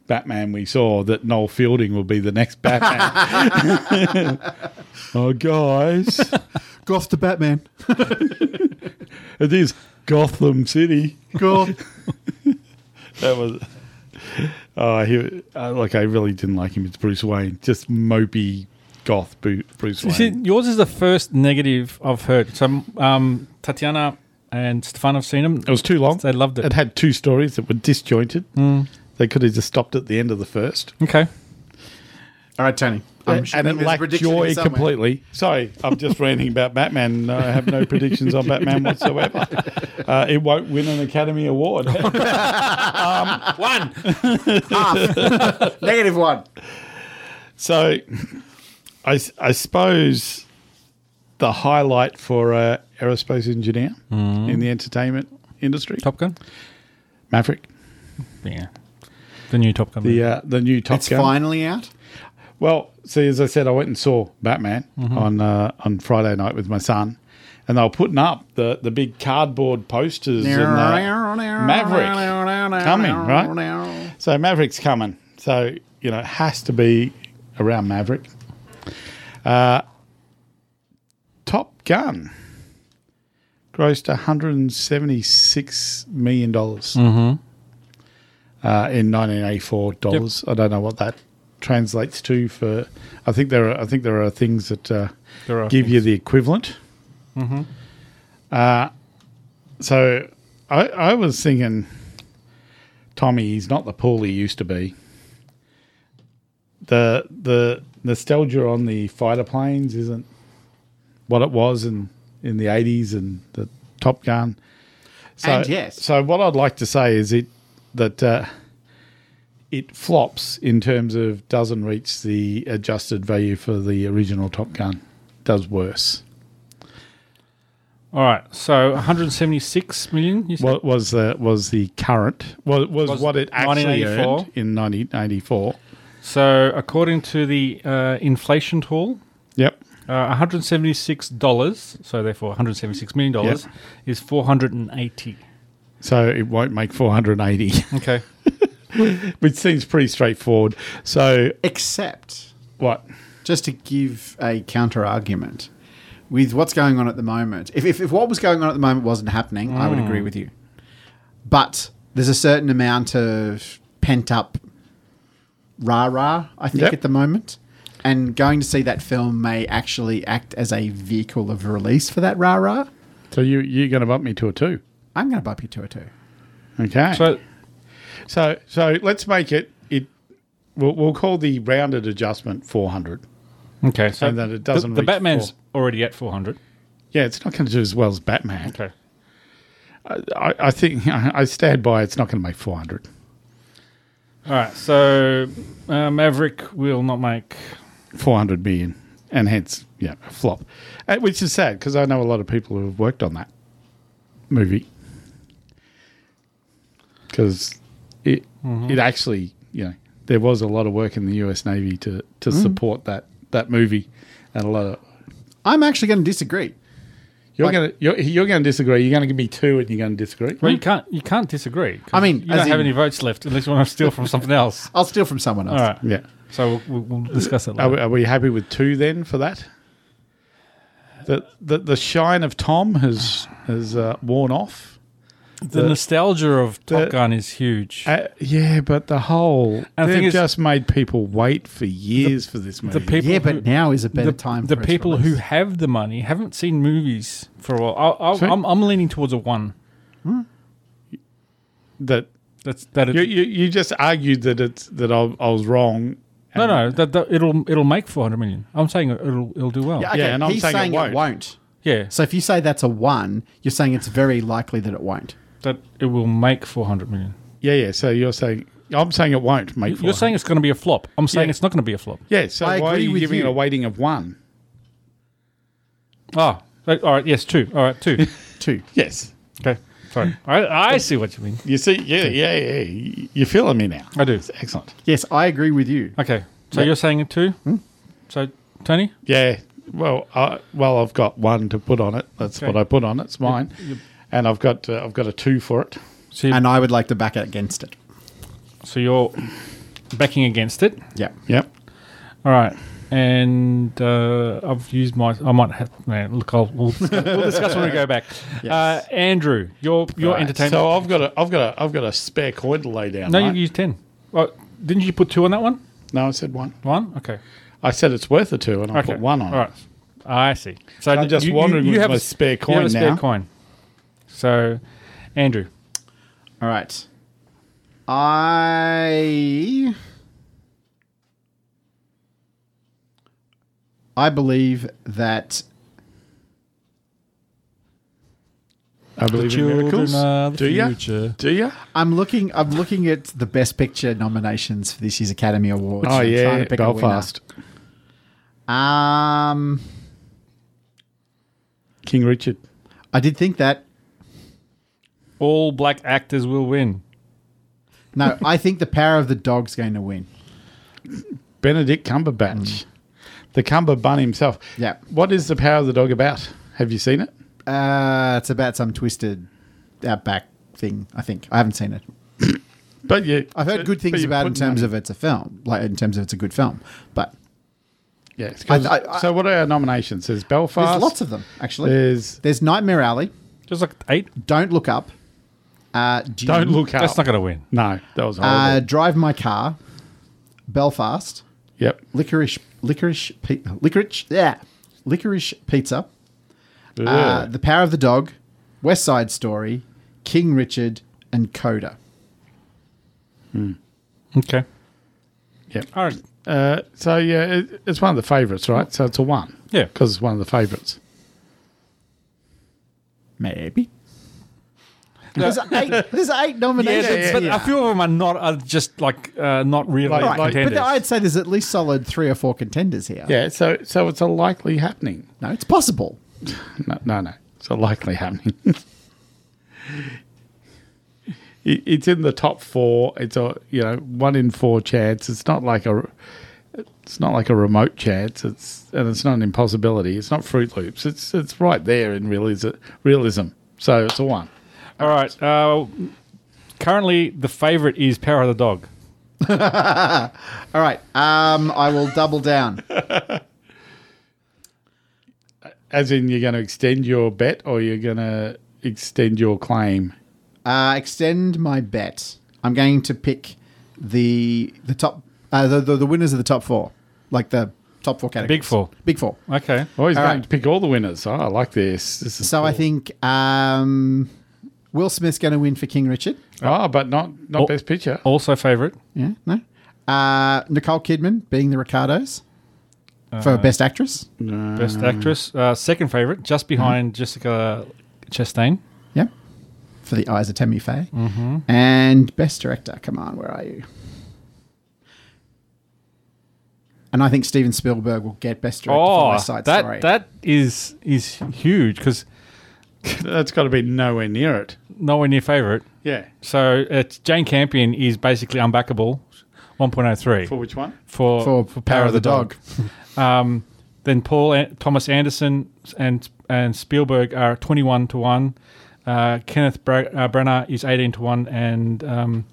S5: Batman we saw that Noel Fielding will be the
S4: <laughs>
S5: next Batman. <laughs> oh,
S4: <laughs>
S5: guys,
S6: Goth to Batman.
S5: it is Gotham City.
S6: Goth.
S5: That was. Oh, he, uh, like I really didn't like him as Bruce Wayne, just mopey goth Bru- Bruce
S4: You see,
S5: Wayne.
S4: yours is the first negative I've heard. So um, Tatiana and Stefan have seen them.
S5: It was too long.
S4: They loved it. Mm.
S5: It had two stories that were disjointed. They could have just stopped at the end of the first.
S4: Okay.
S6: All right, Tony. I'm
S5: and
S6: assuming
S5: it
S6: there's a
S5: lacked
S6: prediction in
S5: joy
S6: somewhere.
S5: completely. Sorry, I'm just ranting about Batman. I have
S6: <laughs>
S5: no predictions on Batman whatsoever. Uh, it won't win an Academy Award.
S6: <laughs> Um,
S4: One.
S6: <laughs> Negative one.
S5: so, I, s- I suppose the highlight for an aerospace engineer
S6: Mm.
S5: in the entertainment industry,
S4: Top Gun.
S5: Maverick,
S4: Yeah. The new Top Gun.
S5: the uh, the new Top
S6: It's
S5: Gun.
S6: finally out.
S5: Well, see, as I said, I went and saw Batman on uh, on Friday night with my son, and they were putting up the, the big cardboard posters and uh, Maverick coming, right? So Maverick's coming. So you know, it has to be around Maverick. Uh, Top Gun grossed 176 million dollars
S4: Mm-hmm.
S5: uh, in 1984 dollars. I don't know what that translates to for. I think there are I think there are things that uh,
S4: There are Mm-hmm.
S5: give you the equivalent. Uh, so I, I was thinking, Tommy, he's not the Paul he used to be. The the nostalgia on the fighter planes isn't what it was in in the eighties and the Top Gun. So,
S6: And yes.
S5: So what I'd like to say is it that uh, it flops in terms of doesn't reach the adjusted value for the original Top Gun. Does worse.
S4: All right. So 176 million. You said?
S5: What was the was the current? What was,
S4: Was
S5: what it actually
S4: 1984?
S5: earned in 1984?
S4: So according to the uh, inflation tool,
S5: Yep.
S4: uh, 176 dollars. So therefore 176 million dollars
S5: Yep.
S4: is 480.
S5: So it won't make <laughs> 480,
S4: Okay.
S5: which seems pretty straightforward. So
S6: Except,
S5: what?
S6: just to give a counter argument, with what's going on at the moment, if, if, if what was going on at the moment wasn't happening, I would
S5: Mm.
S6: agree with you. But there's a certain amount of pent up rah rah, I think,
S5: Yep.
S6: at the moment. And going to see that film may actually act as a vehicle of release for that rah rah.
S5: So you you're going to bump me to a two?
S6: I'm going to bump you to a two.
S5: Okay.
S4: So
S5: So so let's make it it we'll, we'll call the rounded adjustment 400.
S4: okay. So
S5: And that it
S4: the-
S5: doesn't
S4: The,
S5: reach
S4: Batman's
S5: four.
S4: already at 400.
S5: Yeah, it's not going to do as well as Batman.
S4: Okay.
S5: I, I think <laughs> I I stand by it's not going to make 400.
S4: All right. So uh, Maverick will not make.
S5: 400 million and hence yeah, a flop. Uh, Which is sad because I know a lot of people who have worked on that movie. Cuz it it actually, you know, there was a lot of work in the US Navy to to support that that movie and a lot of
S6: I'm actually going to disagree.
S5: You're
S6: Like-
S5: gonna you're, you're gonna disagree. You're gonna give me two, and you're gonna disagree.
S4: Well, you can't. You can't disagree. 'cause
S6: I mean,
S4: you
S6: as
S4: don't have
S6: in-
S4: any votes left unless you want to steal from something
S5: <laughs>
S4: else.
S6: I'll steal from someone else.
S4: All right.
S5: Yeah.
S4: So we'll, we'll discuss it
S5: Are we,
S4: later.
S5: are we happy with two then for that? The the, the shine of Tom has has uh, worn off.
S4: the, nostalgia of Top
S5: uh, the-
S4: Gun is huge.
S5: Uh, yeah, but the whole
S4: And the thing
S5: they've
S4: is-
S5: just made people wait for years for this movie.
S4: the people
S6: Yeah,
S4: who-
S6: but now is a better
S4: the,
S6: time.
S4: the
S6: for its
S4: people who
S6: release.
S4: have the money haven't seen movies for a while. I, I,
S5: Sorry?
S4: I'm, I'm leaning towards a one.
S5: that
S4: That's that. It,
S5: you, you you just argued that it's that I, I was wrong,
S4: No, no, that, that- it'll it'll make 400 million. I'm saying it'll it'll do well.
S6: Yeah,
S4: Yeah,
S6: okay,
S5: and I'm
S6: he's
S5: saying it
S6: saying,
S5: won't.
S6: it won't. So if you say that's a one, you're saying it's very likely that it won't.
S4: that it will make 400 million.
S5: Yeah, yeah. So you're saying I'm saying it won't make.
S4: You're
S5: 400.
S4: saying it's going to be a flop. I'm saying
S5: Yeah.
S4: it's not going to be a flop.
S5: yeah. So
S6: I
S5: why are
S6: agree
S5: you
S6: with
S5: giving
S6: you.
S5: it a weighting of one?
S4: Oh, that- all right. Yes, two. All right,
S6: <laughs>
S4: two.
S6: Two.
S5: Yes.
S4: okay, sorry. I, I see what you mean.
S5: You see, yeah, yeah, yeah. y- You're feeling me now.
S4: I do.
S5: It's excellent.
S6: Yes, I agree with you.
S4: Okay, so you're saying a two.
S6: Hmm?
S4: So Tony,
S5: Yeah. Well, I, well, I've got one to put on it. That's
S4: Okay.
S5: what I put on. it. It's mine, and I've got uh, I've got a two for it.
S4: so, you,
S6: And I would like to back against it.
S4: so you're backing against it.
S6: Yeah.
S5: Yep.
S4: All right. And uh, I've used my. I might have. Man, look, I'll, we'll, <laughs> we'll discuss when we go back. Uh, Andrew, your your
S5: Right.
S4: entertainment.
S5: So I've got a I've got a I've got a spare coin to lay down.
S4: no,
S5: right?
S4: you used ten. Well, didn't you put two on that one?
S5: no, I said one.
S4: One. Okay.
S5: I said it's worth a two, and I
S4: Okay.
S5: put one on.
S4: All right. I see. So
S5: I'm just wondering with my
S4: a
S5: spare
S4: You have
S5: coin
S4: a spare
S5: now.
S4: coin. So, Andrew,
S6: All right. I I believe that
S5: it. I believe in miracles.
S6: uh,
S5: Do you? Do you?
S6: I'm looking I'm looking at the best picture nominations for this year's Academy Awards.
S5: Oh
S6: I'm
S5: yeah, Belfast,
S6: A winner. um
S5: King Richard.
S6: I did think that
S4: All black actors will win.
S6: no, I think the power of the dog's going to win.
S5: Benedict Cumberbatch, the Cumberbun himself.
S6: Hmm. Yeah.
S5: What is the power of the dog about? Have you seen it?
S6: Uh, it's about some twisted outback thing. I think I haven't seen it.
S5: But you,
S6: I've heard good
S5: but
S6: things
S5: you're
S6: about it in
S5: putting
S6: terms
S5: money-
S6: of it's a film, like in terms of it's a good film. But
S5: Yeah, it's good.
S6: I- I-
S5: so what are our nominations? There's Belfast.
S6: there's lots of them actually.
S5: There's
S6: There's Nightmare Alley.
S4: Just like eight.
S6: Don't look up. Uh, Dune,
S5: don't look up.
S4: That's not going to win.
S5: No, that was horrible.
S6: Uh, drive my car. Belfast.
S5: yep.
S6: Licorice. Licorice. Pi- licorice. Yeah. Licorice pizza. Uh,
S5: Ugh.
S6: the Power of the Dog. West Side Story. King Richard and Coda.
S4: Okay.
S5: Yep.
S4: All right.
S5: Uh, so yeah, it, it's one of the favourites, right? So it's a one.
S4: Yeah.
S5: because it's one of the favourites.
S6: Maybe. There's eight. There's
S4: <laughs>
S6: eight
S4: Yeah,
S6: nominations.
S5: yeah,
S4: but
S6: here.
S4: a few of them are not are just like uh, not really
S5: Like-
S6: Right,
S5: like-
S4: contenders.
S6: but I'd say there's at least solid three or four contenders here.
S5: Yeah. So so it's a likely happening.
S6: No, it's possible.
S5: No, no, no. It's a likely happening. <laughs> It- it's in the top four. It's a you know one in four chance. It's not like a it's not like a remote chance. It's and it's not an impossibility. It's not Fruit Loops. It's it's right there in realism. Realism. So it's a one.
S4: All right. Uh, currently, the favourite is Power of the Dog.
S6: All right. Um, I will double down.
S5: As in, you're going to extend your bet or you're going to extend your claim.
S6: Uh, extend my bet. I'm going to pick the the top uh, the, the the winners of the top four, like the top four categories.
S4: Big four.
S6: Big four.
S4: Okay.
S5: Oh, he's
S6: All
S5: going
S6: right.
S5: to pick all the winners. Oh, I like this. this is
S6: So I
S5: cool.
S6: think um, Will Smith's going to win for King Richard.
S5: Oh, but not not
S4: Oh.
S5: best picture.
S4: Also favourite.
S6: Yeah. No. Uh, Nicole Kidman being the Ricardos for
S4: Uh-huh.
S6: Best Actress.
S4: Best
S6: Mm.
S4: actress, uh, second favorite, just behind Jessica Chastain.
S6: Yep. For the eyes of Tammy Faye.
S4: Mm-hmm.
S6: And best director. Come on, where are you? And I think Steven Spielberg will get best director for
S4: Oh,
S6: West Side
S4: that
S6: Story.
S4: that is is huge because
S5: That's got to be nowhere near it.
S4: nowhere near favorite.
S5: Yeah.
S4: So it's Jane Campion is basically unbackable, one point oh three
S5: For
S4: for
S5: which one?
S4: for,
S6: for, Power of the Dog.
S4: <laughs> Um, then Paul An- Thomas Anderson and and Spielberg are twenty one to one. Uh, Kenneth Bra- uh, Branagh is eighteen to one, and um,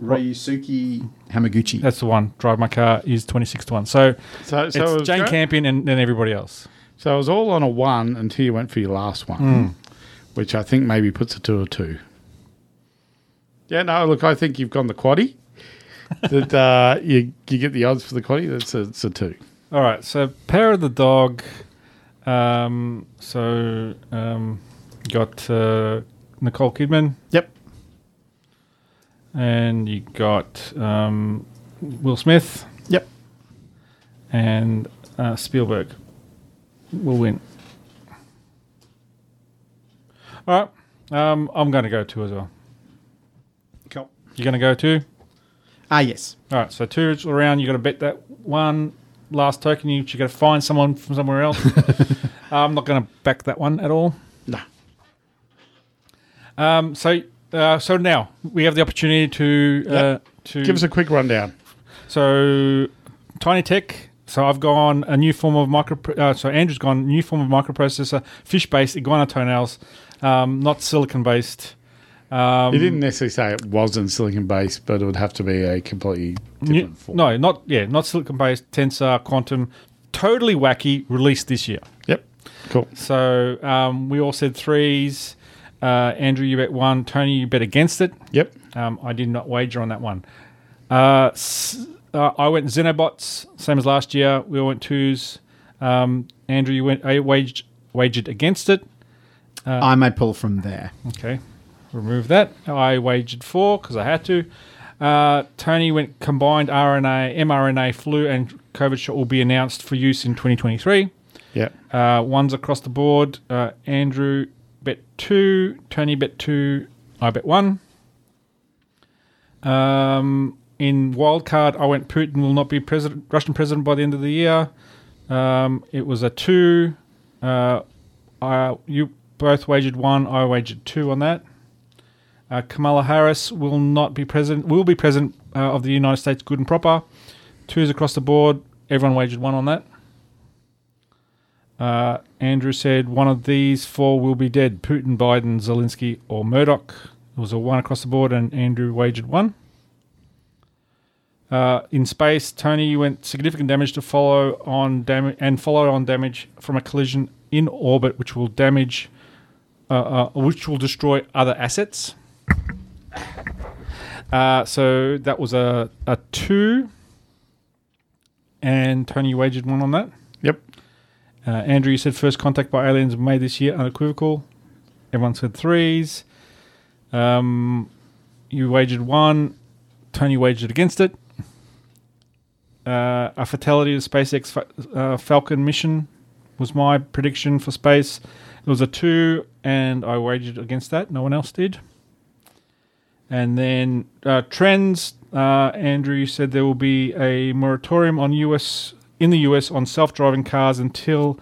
S6: Ryusuke Hamaguchi.
S4: that's the one. Drive My Car is twenty six to one. So,
S5: So, so, it
S4: it's
S5: was
S4: Jane
S5: go-
S4: Campion and then everybody else.
S5: so it was all on a one until you went for your last one, which I think maybe puts it to a two. Yeah, no, look, I think you've gone the quaddy. that uh, you you get the odds for the quaddy. That's a, it's a two.
S4: All right, so Power of the Dog. Um, so um, got uh, Nicole Kidman
S6: Yep.
S4: and you got um, Will Smith.
S6: Yep.
S4: and uh, Spielberg will win. All right, um, I'm going to go two as well.
S5: Cool.
S4: You're going to go two.
S6: Ah, yes.
S4: All right, so two around. You got to bet that one last token. You you got to find someone from somewhere
S5: <laughs>
S4: else. I'm not going to back that one at all.
S5: No.
S4: Um, so uh, so now we have the opportunity to uh,
S5: Yep.
S4: to
S5: Give us a quick rundown.
S4: so Tiny Tech. So I've gone a new form of micro. Uh, so Andrew's gone new form of microprocessor, fish based iguana toenails, um, not silicon based. Um,
S5: You didn't necessarily say it wasn't silicon based, but it would have to be a completely
S4: New-
S5: different form.
S4: No, not yeah, not silicon based, tensor, quantum, totally wacky. Released this year.
S5: Yep. Cool.
S4: So um, we all said threes. Uh, Andrew, you bet one. Tony, you bet against it.
S5: Yep.
S4: Um, I did not wager on that one. Uh, s- uh, I went Xenobots, same as last year. We all went twos. Um, Andrew, you went I waged wagered against it. Uh,
S6: I may pull from there.
S4: Okay, remove that. I wagered four because I had to. Uh, Tony went combined RNA, mRNA, flu, and COVID shot will be announced for use in 2023.
S5: Yep.
S4: Uh, ones across the board. Uh, Andrew bet two. Tony bet two. I bet one. Um, in wildcard, I went Putin will not be president, Russian president by the end of the year. Um, it was a two. Uh, I, you both wagered one. I wagered two on that. Uh, Kamala Harris will not be president. Will be president uh, of the United States, good and proper. Twos across the board. Everyone wagered one on that. Uh, Andrew said one of these four will be dead: Putin, Biden, Zelensky, or Murdoch. It was a one across the board, and Andrew wagered one. Uh, in space, Tony you went significant damage to follow on damage and follow on damage from a collision in orbit, which will damage, uh, uh, which will destroy other assets. Uh, so that was a, a two, and Tony you wagered one on that.
S5: Yep.
S4: Uh, Andrew, you said first contact by aliens May this year, unequivocal. Everyone said threes. Um, you wagered one. Tony wagered against it. Uh, a fatality of SpaceX fa- uh, Falcon mission was my prediction for space. It was a two, and I wagered against that. No one else did. And then uh, trends. Uh, Andrew, you said there will be a moratorium on US in the US on self-driving cars until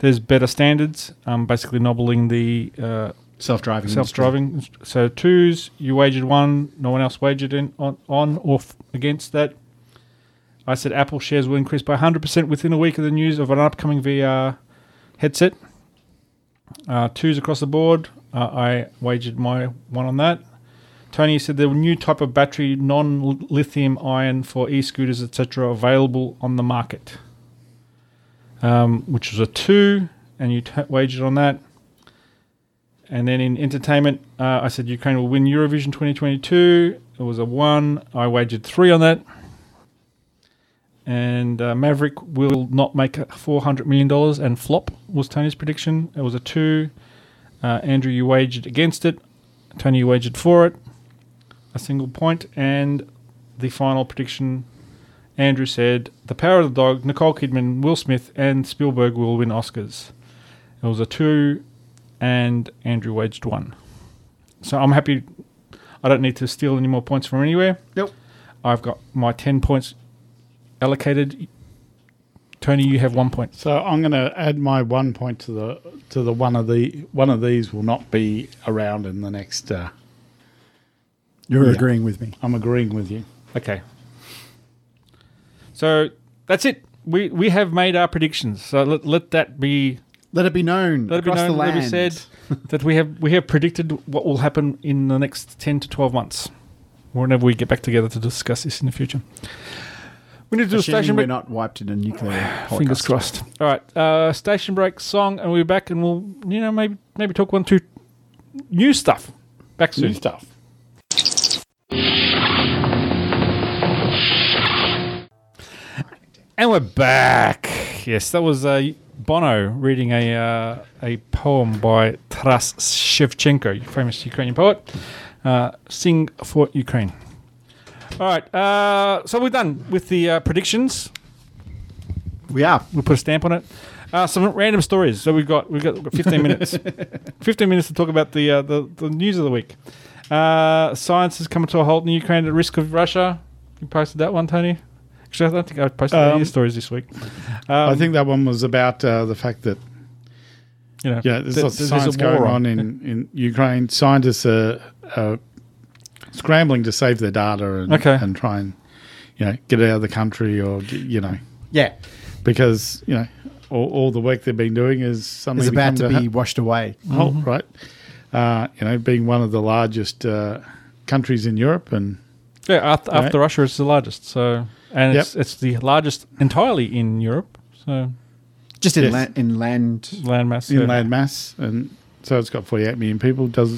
S4: there's better standards. Um, basically, nobbling the uh,
S6: Self-driving.
S4: self-driving. So twos, you wagered one. No one else wagered in on, on or f- against that. I said Apple shares will increase by 100% within a week of the news of an upcoming VR headset. Uh, twos across the board. Uh, I wagered my one on that. Tony said the new type of battery, non-lithium ion for e-scooters, etc., available on the market, um, which was a two, and you t- wagered on that. And then in entertainment, uh, I said Ukraine will win Eurovision 2022. It was a one. I wagered three on that. And uh, Maverick will not make $400 million and flop, was Tony's prediction. It was a two. Uh, Andrew, you wagered against it. Tony, you wagered for it. A single point. And the final prediction Andrew said The Power of the Dog, Nicole Kidman, Will Smith, and Spielberg will win Oscars. It was a two, and Andrew waged one. So I'm happy. I don't need to steal any more points from anywhere.
S6: Nope.
S4: I've got my 10 points allocated. Tony, you have one point.
S5: So I'm going to add my one point to the to the one of the one of these will not be around in the next. Uh,
S6: You're
S5: Yeah.
S6: agreeing with me.
S5: I'm agreeing with you.
S4: Okay. So that's it. We we have made our predictions. So let, let that be
S6: Let it be known
S4: let it be
S6: across
S4: known,
S6: the land.
S4: let it be said
S6: <laughs>
S4: that we have we have predicted what will happen in the next ten to twelve months, whenever we get back together to discuss this in the future. We need to do a
S6: Assuming
S4: station
S6: we're
S4: break.
S6: not wiped in a
S4: <sighs>
S6: nuclear holocaust.
S4: Fingers crossed. All right, uh, station break song, and we'll be back, and we'll you know maybe maybe talk one two new stuff. Back soon.
S5: New stuff.
S4: And we're back. Yes, that was uh, Bono reading a uh, a poem by Taras Shevchenko, famous Ukrainian poet. Uh, Sing for Ukraine. All right, uh, so we're done with the uh, predictions.
S6: We are.
S4: We'll put a stamp on it. Uh, some random stories. So we've got we've got, we've got 15
S5: <laughs>
S4: minutes. 15 minutes to talk about the uh, the, the news of the week. Uh, science is coming to a halt in Ukraine at risk of Russia. You posted that one, Tony. Actually, I don't think I posted any of
S5: Um,
S4: your stories this week.
S5: I
S4: Um,
S5: think that one was about uh, the fact that
S4: You know,
S5: yeah, there's
S4: th-
S5: lots of
S4: there's a
S5: science
S4: war
S5: going on in, in Ukraine. Scientists are, are scrambling to save their data and,
S4: Okay.
S5: and try and you know get it out of the country or get- you know
S6: Yeah.
S5: because you know all, all the work they've been doing is something
S6: It's about to be Mm-hmm. washed away.
S5: Oh, right. Uh, you know, being one of the largest uh, countries in Europe, and
S4: Yeah, after,
S5: Right.
S4: after Russia, it's the largest. So, and
S5: Yep.
S4: it's, it's the largest entirely in Europe. So,
S6: Just in,
S5: Yes.
S6: land, in land.
S4: landmass.
S5: in
S4: yeah.
S5: landmass, and so it's got 48 million people. Does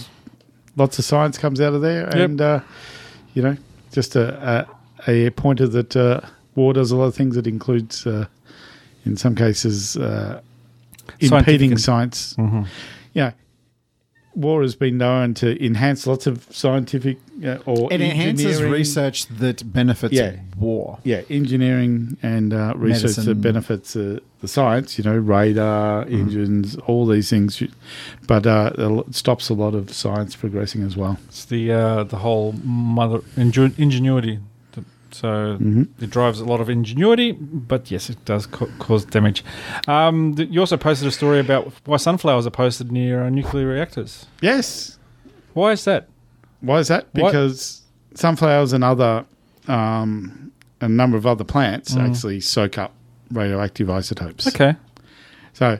S5: lots of science comes out of there, and uh, you know, just a a, a pointer that uh, war does a lot of things. It includes, uh, in some cases, uh, impeding
S4: Scientific- Mm-hmm.
S5: science. Yeah. War has been known to enhance lots of scientific uh, or
S6: It enhances
S5: engineering-
S6: research that benefits
S5: Yeah.
S6: war.
S5: yeah, engineering and uh, research
S6: Medicine.
S5: that benefits uh, the science, you know, radar, engines, all these things. You- But uh, it l- stops a lot of science progressing as well.
S4: It's the uh, the whole mother inju- ingenuity. Th- So
S5: Mm-hmm.
S4: it drives a lot of ingenuity, but yes, it does ca- cause damage. Um, th- you also posted a story about why sunflowers are posted near uh, nuclear reactors.
S5: Yes.
S4: Why is that?
S5: Why is that?
S4: What?
S5: Because sunflowers and other, um, a number of other plants actually soak up radioactive isotopes.
S4: Okay.
S5: So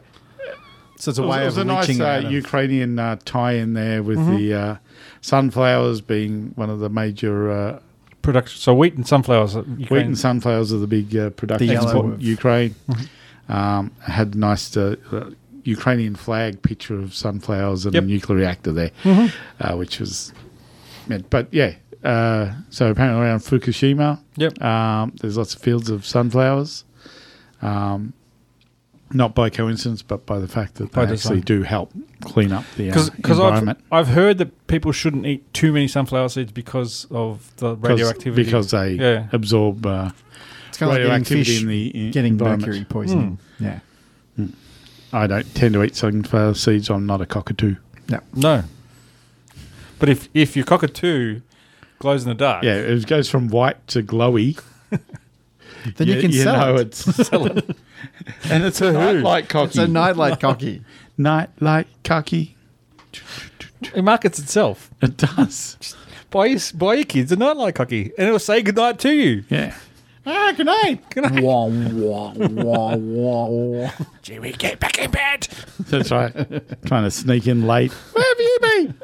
S6: So it's a
S5: It was-
S6: way
S5: it was
S6: of
S5: a nice
S6: reaching out
S5: uh,
S6: of-
S5: Ukrainian uh, tie in there with the uh, sunflowers being one of the major. Uh,
S4: Production. So wheat and sunflowers. Are
S5: Wheat
S4: Ukraine.
S5: and sunflowers are the big uh, production
S6: The yellow
S5: export in
S6: of-
S5: Ukraine. Um, had nice uh, uh, Ukrainian flag picture of sunflowers and
S4: Yep. Mm-hmm.
S5: a nuclear reactor there, uh, which was meant. But yeah, uh, so apparently around Fukushima,
S4: Yep.
S5: um, there's lots of fields of sunflowers. Um, not by coincidence, but by the fact that
S4: By
S5: they
S4: design.
S5: actually do help clean up the uh,
S4: because I've,
S5: environment.
S4: I've heard that people shouldn't eat too many sunflower seeds because of the
S5: 'Cause-
S4: radioactivity.
S5: because they
S4: Yeah.
S5: absorb uh,
S6: It's kind of like getting
S5: radioactivity
S6: fish,
S5: in the uh,
S6: getting
S5: environment. Hmm.
S6: mercury poisoning. Yeah.
S5: I don't tend to eat sunflower seeds. I'm not a cockatoo.
S4: no. But if if your cockatoo glows in the dark,
S5: Yeah, it goes from white to glowy.
S6: Then you, can sell
S5: know,
S6: it.
S5: It's, <laughs> and it's a nightlight cocky.
S6: It's a nightlight cocky.
S5: nightlight cocky.
S4: it markets itself.
S5: It does.
S4: Buy your, buy your kids a nightlight cocky, and it'll say goodnight to you.
S5: Yeah.
S4: Ah, good night. Good night.
S6: wah, wah, wah, wah, wah.
S4: Jimmy, get back in bed.
S5: That's right. Trying to sneak in late. Where have you been?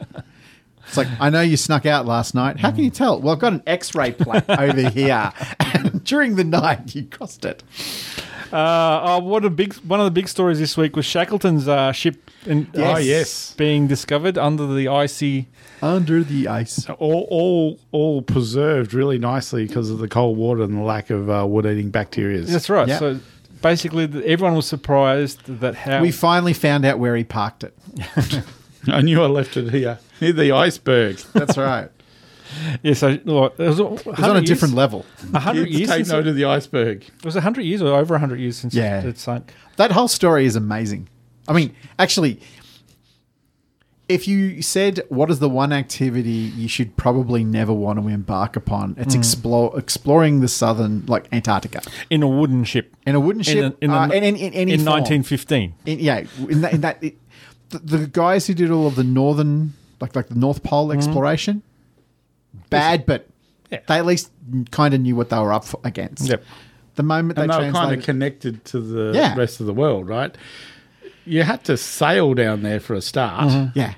S6: It's like, I know you snuck out last night. How can you tell? Well, I've got an x ray <laughs> plate over here. And during the night, you crossed it.
S4: Uh, oh, what a big one of the big stories this week was Shackleton's uh, ship. In,
S5: Yes.
S6: Oh,
S4: ice
S5: yes.
S4: being discovered under the icy.
S6: Under the ice.
S5: All, all, all preserved really nicely because of the cold water and the lack of uh, wood-eating bacteria.
S4: That's right.
S6: Yeah.
S4: So basically, th- everyone was surprised that how
S6: We finally found out where he parked it.
S5: I knew I left it here near the iceberg.
S6: That's
S5: <laughs>
S6: right.
S4: yeah. So well, it was, it
S6: It's on a different level.
S4: A hundred
S5: Kids,
S4: years.
S5: take
S4: Since it,
S5: note of the iceberg.
S4: it was a hundred years or over a hundred years since
S6: Yeah.
S4: it, it sunk.
S6: That whole story is amazing. I mean, actually, if you said what is the one activity you should probably never want to embark upon, it's explore exploring the southern like Antarctica
S4: in a wooden ship.
S6: in a wooden ship
S4: in,
S6: uh,
S4: the-
S6: and in, in any
S4: in
S6: form.
S4: 1915.
S6: In- yeah, in that, in that it, the, the guys who did all of the northern like like the North Pole exploration, bad, but
S4: Yeah.
S6: they at least kind of knew what they were up for, against.
S4: Yep.
S6: The moment they,
S5: and they were kind
S6: translated,
S5: of connected to the
S6: Yeah.
S5: rest of the world, right? You had to sail down there for a start.
S6: yeah,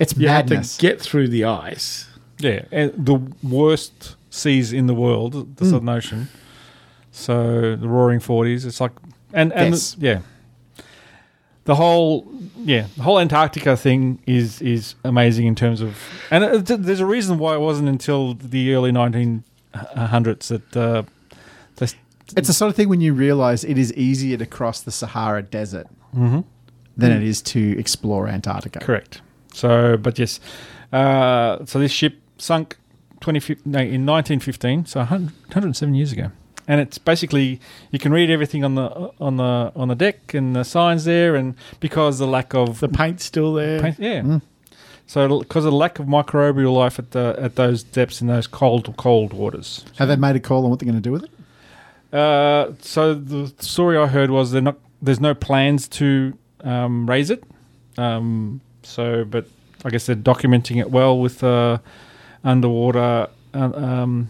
S6: it's
S5: You
S6: madness.
S5: had to get through the ice.
S4: Yeah, and the worst seas in the world, the Southern Ocean. So the Roaring Forties. It's like and and
S6: Yes.
S4: yeah, the whole yeah the whole Antarctica thing is is amazing in terms of and it, it- there's a reason why it wasn't until the early 1900s that uh, they s-
S6: It's the sort of thing when you realize it is easier to cross the Sahara Desert than it is to explore Antarctica.
S4: Mm-hmm. Correct. So, but yes, uh, so this ship sunk 20, no, in 1915, so 100, 107 years ago. and it's basically you can read everything on the on the on the deck and the signs there, and because the lack of
S5: The paint's still there.
S4: paint, yeah. So because of the lack of microbial life at the at those depths in those cold cold waters.
S6: Have they made a call on what they're going to do with it?
S4: Uh, so the story I heard was they're not. There's no plans to um, raise it. Um, so, but I guess they're documenting it well with uh, underwater. uh, Um,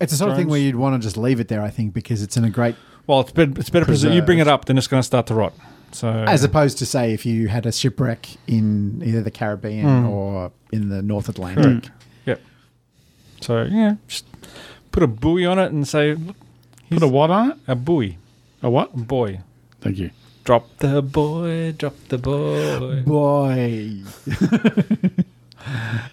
S6: It's the sort of thing
S4: Drones.
S6: where you'd want to just leave it there, I think, because it's in a great.
S4: well, it's better. It's better. preser- You bring it
S6: Preserved.
S4: up, then it's going to start to rot. So
S6: As opposed to, say, if you had a shipwreck in either the Caribbean
S4: Mm.
S6: or in the North Atlantic.
S4: yeah. So yeah, just put a buoy on it and say "Look,
S5: Put a what on it?
S4: a buoy,
S5: A what?
S4: boy.
S5: Thank you.
S4: Drop the boy, drop the boy.
S6: Boy.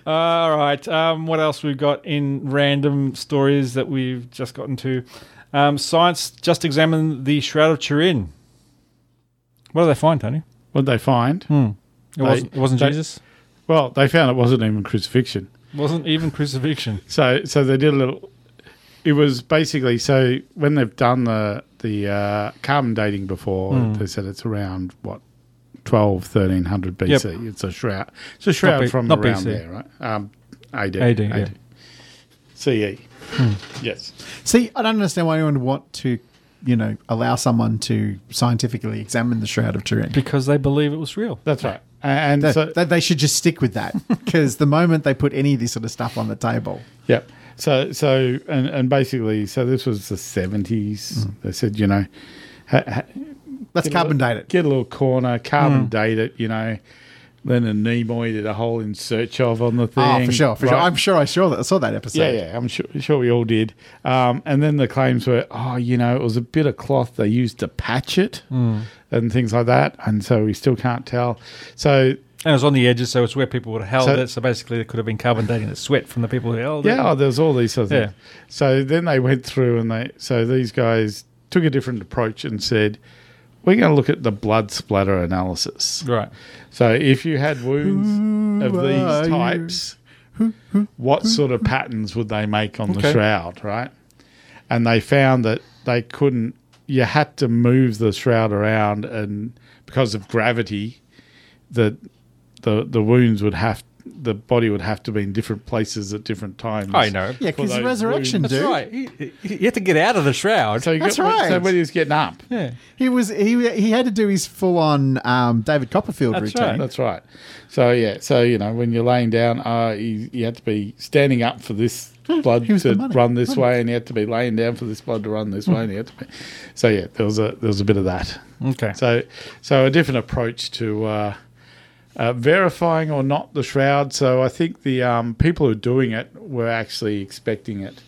S4: All right. Um, what else we've got in random stories that we've just gotten to? Um, science just examined the Shroud of Turin. What did they find, Tony?
S5: What did they find?
S4: It wasn't, it wasn't
S5: they-
S4: Jesus.
S5: Well, they found it wasn't even crucifixion.
S4: It wasn't even crucifixion.
S5: So so they did a little. It was basically so when they've done the the uh, carbon dating before, they said it's around what 12, 1300 BC. It's a shroud. It's a shroud
S4: B-
S5: from
S4: not
S5: around
S4: BC.
S5: there, right? Um, AD.
S4: AD, yeah.
S5: CE. E. Yes.
S6: See, I don't understand why anyone would want to, you know, allow someone to scientifically examine the Shroud of Turin.
S4: Because they believe it was real.
S5: That's right. A- And
S6: That,
S5: so
S6: that they should just stick with that because the moment they put any of this sort of stuff on the table,
S5: Yeah. So so and and basically so this was the seventies. They said you know, ha, ha,
S6: let's
S5: get a
S6: Hmm. carbon Hmm.
S5: little-
S6: date it.
S5: Get a little corner, carbon date it. You know, Leonard Nimoy did a whole in search of on the thing.
S6: Oh, for sure, for sure.
S5: right?
S6: I'm sure I saw that. I saw that episode.
S5: yeah, yeah, I'm sure, sure we all did. Um, and then the claims were, oh, you know, it was a bit of cloth they used to patch it
S6: Hmm.
S5: and things like that. And so we still can't tell. So
S4: And it was on the edges, so it's where people would have held
S5: So-
S4: it. So basically, it could have been carbon dating the sweat from the people who held it.
S5: Yeah, oh, there's all these sort of things.
S4: Yeah.
S5: So then they went through and they so these guys took a different approach and said, We're gonna look at the blood splatter analysis.
S4: Right.
S5: So if you had wounds of
S6: are
S5: these
S6: you?
S5: types, what sort of patterns would they make on the
S4: Okay.
S5: shroud, right? And they found that they couldn't you had to move the shroud around and because of gravity the the the wounds would have the body would have to be in different places at different times.
S4: I know.
S6: Yeah,
S5: For
S6: because
S5: those
S6: resurrection,
S5: wounds.
S4: That's
S6: dude.
S4: right. You, you have to get out of the shroud.
S5: So you
S6: That's
S5: got,
S6: right.
S5: So when he was getting up,
S4: yeah.
S6: He was he he had to do his full on um, David Copperfield
S4: That's
S6: routine.
S4: right.
S5: that's right. So yeah, so you know when you're laying down, uh, you, you had to be standing up for this blood
S6: Here's
S5: to
S6: the money.
S5: run this
S6: Money.
S5: way, and you had to be laying down for this blood to run this way, and you had to be. <laughs> So yeah, there was a there was a bit of that.
S4: Okay.
S5: So so a different approach to. Uh, uh, verifying or not the shroud, so I think the um, people who are doing it were actually expecting it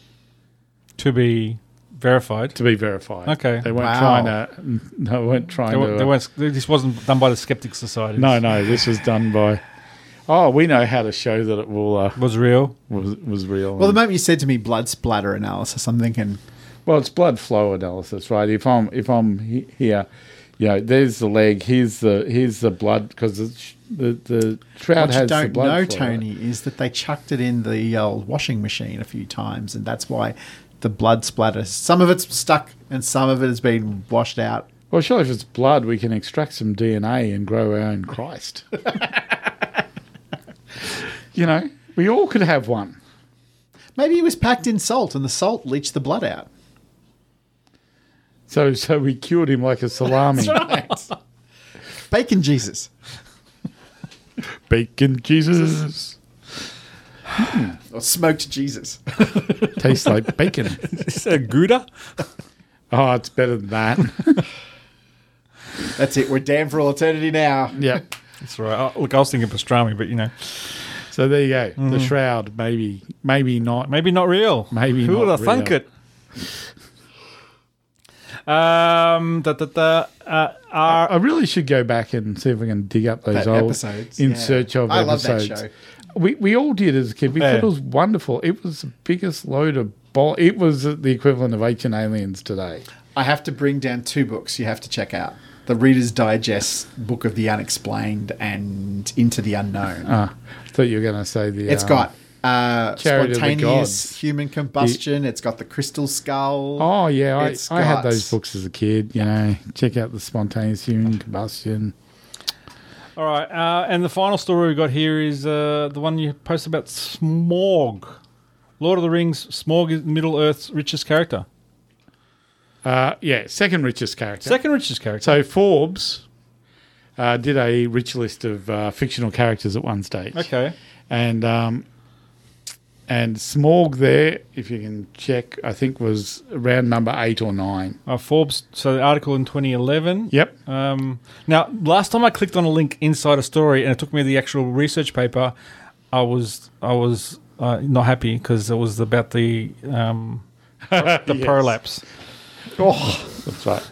S4: to be verified.
S5: to be verified.
S4: Okay.
S5: they weren't
S6: Wow.
S5: trying to. <laughs> No, weren't trying
S4: They
S5: to.
S4: weren't, they
S5: uh,
S4: weren't, this wasn't done by the Skeptic Society. <laughs>
S5: No, no, this was done by. Oh, we know how to show that it will uh,
S4: was real.
S5: was was real.
S6: Well, the moment you said to me blood splatter analysis, I'm thinking,
S5: well, it's blood flow analysis, right? If I'm if I'm he- here, you know, there's the leg. Here's the here's the blood because the sh- the the shroud
S6: what you
S5: has the
S6: don't
S5: blood.
S6: know,
S5: flow.
S6: Tony, is that they chucked it in the old washing machine a few times, and that's why the blood splatter. Some of it's stuck, and some of it has been washed out.
S5: Well, sure, if it's blood, we can extract some DNA and grow our own Christ. <laughs> you know, we all could have one.
S6: Maybe it was packed in salt, and the salt leached the blood out. <laughs>
S5: So so we cured him like a salami.
S6: Bacon Jesus.
S5: Bacon Jesus
S6: Or smoked Jesus.
S5: tastes like
S6: <laughs>
S5: bacon. <laughs>
S4: Is that a Gouda?
S5: Oh, it's better than that. <laughs>
S6: That's it. We're damned for all eternity now.
S5: yeah.
S4: That's right. Oh, look, I was thinking pastrami, but you know,
S5: So there you go. The
S6: Mm-hmm.
S5: shroud, maybe, maybe not.
S4: maybe not real.
S5: Maybe
S4: Who
S5: not
S4: would have thunk
S5: real.
S4: it? Um, da, da, da, uh, are,
S5: I really should go back and see if I can dig up those
S6: That
S5: old
S6: episodes,
S5: in
S6: yeah.
S5: search of
S6: I love that
S5: episodes.
S6: show.
S5: We we all did as a kid. We
S4: Yeah.
S5: thought it was wonderful. It was the biggest load of bol. It was the equivalent of ancient aliens today.
S6: I have to bring down two books you have to check out The Reader's Digest Book of the Unexplained and Into the Unknown.
S5: Ah, I thought you were going to say the.
S6: It's
S5: um,
S6: got
S5: Oh,
S6: uh,
S5: Chariot of the
S6: spontaneous
S5: Gods.
S6: human combustion. It's got the crystal skull.
S5: Oh yeah, I,
S6: It's
S5: I had
S6: got-
S5: those books as a kid. You know, check out the spontaneous human combustion.
S4: All right, uh, and the final story we got here is uh, the one you posted about Smog, Lord of the Rings. Smog is Middle Earth's richest character,
S5: Uh, yeah, second richest character.
S4: second richest character.
S5: So Forbes uh, did a rich list of uh, fictional characters at one stage.
S4: okay,
S5: and um, and Smorg there, if you can check, I think was round number eight or nine.
S4: uh, Forbes. So the article in 2011.
S5: Yep.
S4: Um, now, last time I clicked on a link inside a story, and it took me to the actual research paper. I was I was uh, not happy because it was about the um, the
S5: Yes.
S4: prolapse.
S5: Oh. That's right.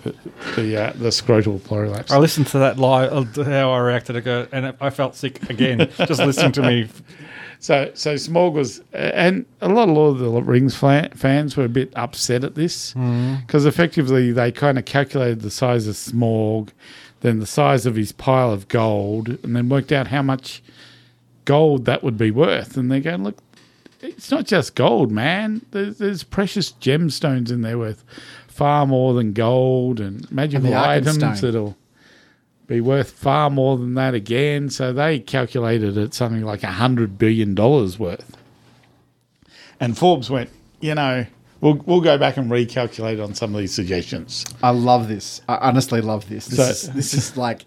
S5: The uh, the scrotal prolapse.
S4: I listened to that live, uh, how I reacted, I go, and I felt sick again just listening to me.
S5: So so Smorg was, uh, and a lot of Lord of the Rings fa- fans were a bit upset at this because effectively they kind of calculated the size of Smorg, then the size of his pile of gold, and then worked out how much gold that would be worth. And they're going, look, it's not just gold, man. There's, there's precious gemstones in there worth far more than gold and magical items
S6: Arkenstone.
S5: that'll be worth far more than that again. So they calculated it something like a hundred billion dollars worth. And Forbes went, you know, we'll we'll go back and recalculate on some of these suggestions.
S6: I love this. I honestly love this. This,
S5: So-
S6: is, this is like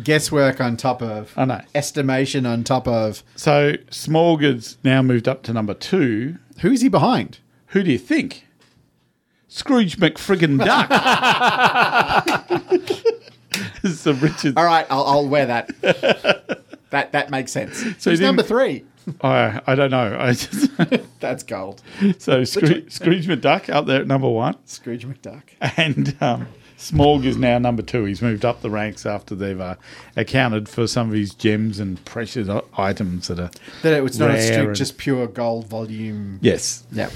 S6: guesswork on top of
S5: I know.
S6: estimation on top of
S5: So Smorgard's now moved up to number two.
S6: who is he behind?
S5: Who do you think? Scrooge McFriggin Duck. it's the richest.
S6: All right, I'll, I'll
S5: <laughs>
S6: wear that. that that makes sense. So
S5: you didn't-
S6: Who's number three?
S5: I, I don't know. I just, <laughs>
S6: That's gold.
S5: so Scrooge, Scrooge McDuck up there at number one.
S6: Scrooge McDuck.
S5: and um, Smorg is now number two. He's moved up the ranks after they've uh, accounted for some of his gems and precious i- items that are.
S6: That it was not a
S5: Rare
S6: strict,
S5: and-
S6: just pure gold volume.
S5: Yes.
S6: Yep.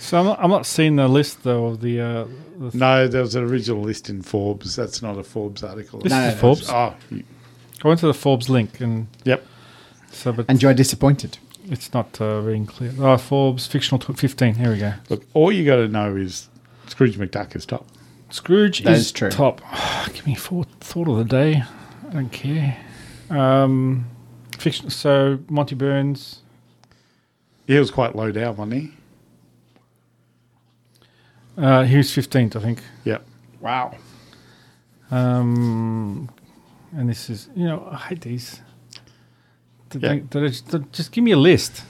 S4: So I'm not, I'm not seeing the list though of the. Uh, the
S5: No, there was an original list in Forbes. That's not a Forbes article.
S4: this
S6: no,
S4: is
S6: no.
S4: Forbes.
S5: Oh, y-
S4: I went to the Forbes link, and
S5: yep.
S4: so but
S6: And you're disappointed.
S4: it's not uh, being clear. Oh, Forbes fictional tw 15. Here we go.
S5: Look, all you got to know is Scrooge McDuck is top.
S4: Scrooge
S6: That
S4: is,
S6: is true.
S4: top. <sighs> Give me four, thought of the day. I don't care. Um, fiction. So Monty Burns.
S5: He was quite low down, wasn't he?
S4: Uh, he was 15th, I think.
S5: Yep.
S6: Wow.
S4: Um, and this is you know I hate these. Did
S5: Yeah.
S4: they- did I just, did- just give me a list.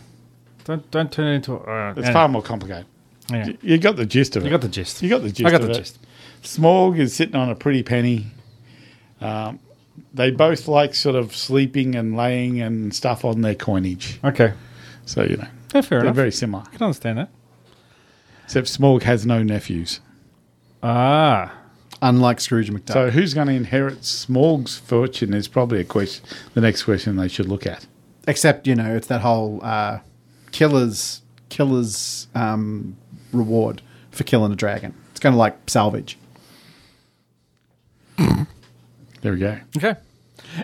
S4: Don't don't turn it into. Uh,
S5: It's
S4: anyway.
S5: far more complicated.
S4: Yeah.
S5: Y- You got the gist of it.
S4: You got the gist.
S5: You got the gist.
S4: I got
S5: of
S4: the
S5: it.
S4: gist.
S5: Smorg is sitting on a pretty penny. Um, they both like sort of sleeping and laying and stuff on their coinage.
S4: Okay.
S5: So, you know,
S4: Yeah, fair
S5: they're
S4: enough.
S5: very similar.
S4: I can understand that.
S5: Except Smorg has no nephews.
S4: Ah,
S6: Unlike Scrooge McDuck.
S5: So, who's going to inherit Smorg's fortune is probably a question, the next question they should look at.
S6: Except, you know, it's that whole uh, killer's, killer's um, reward for killing a dragon. It's kind of like salvage.
S5: There we go.
S4: okay.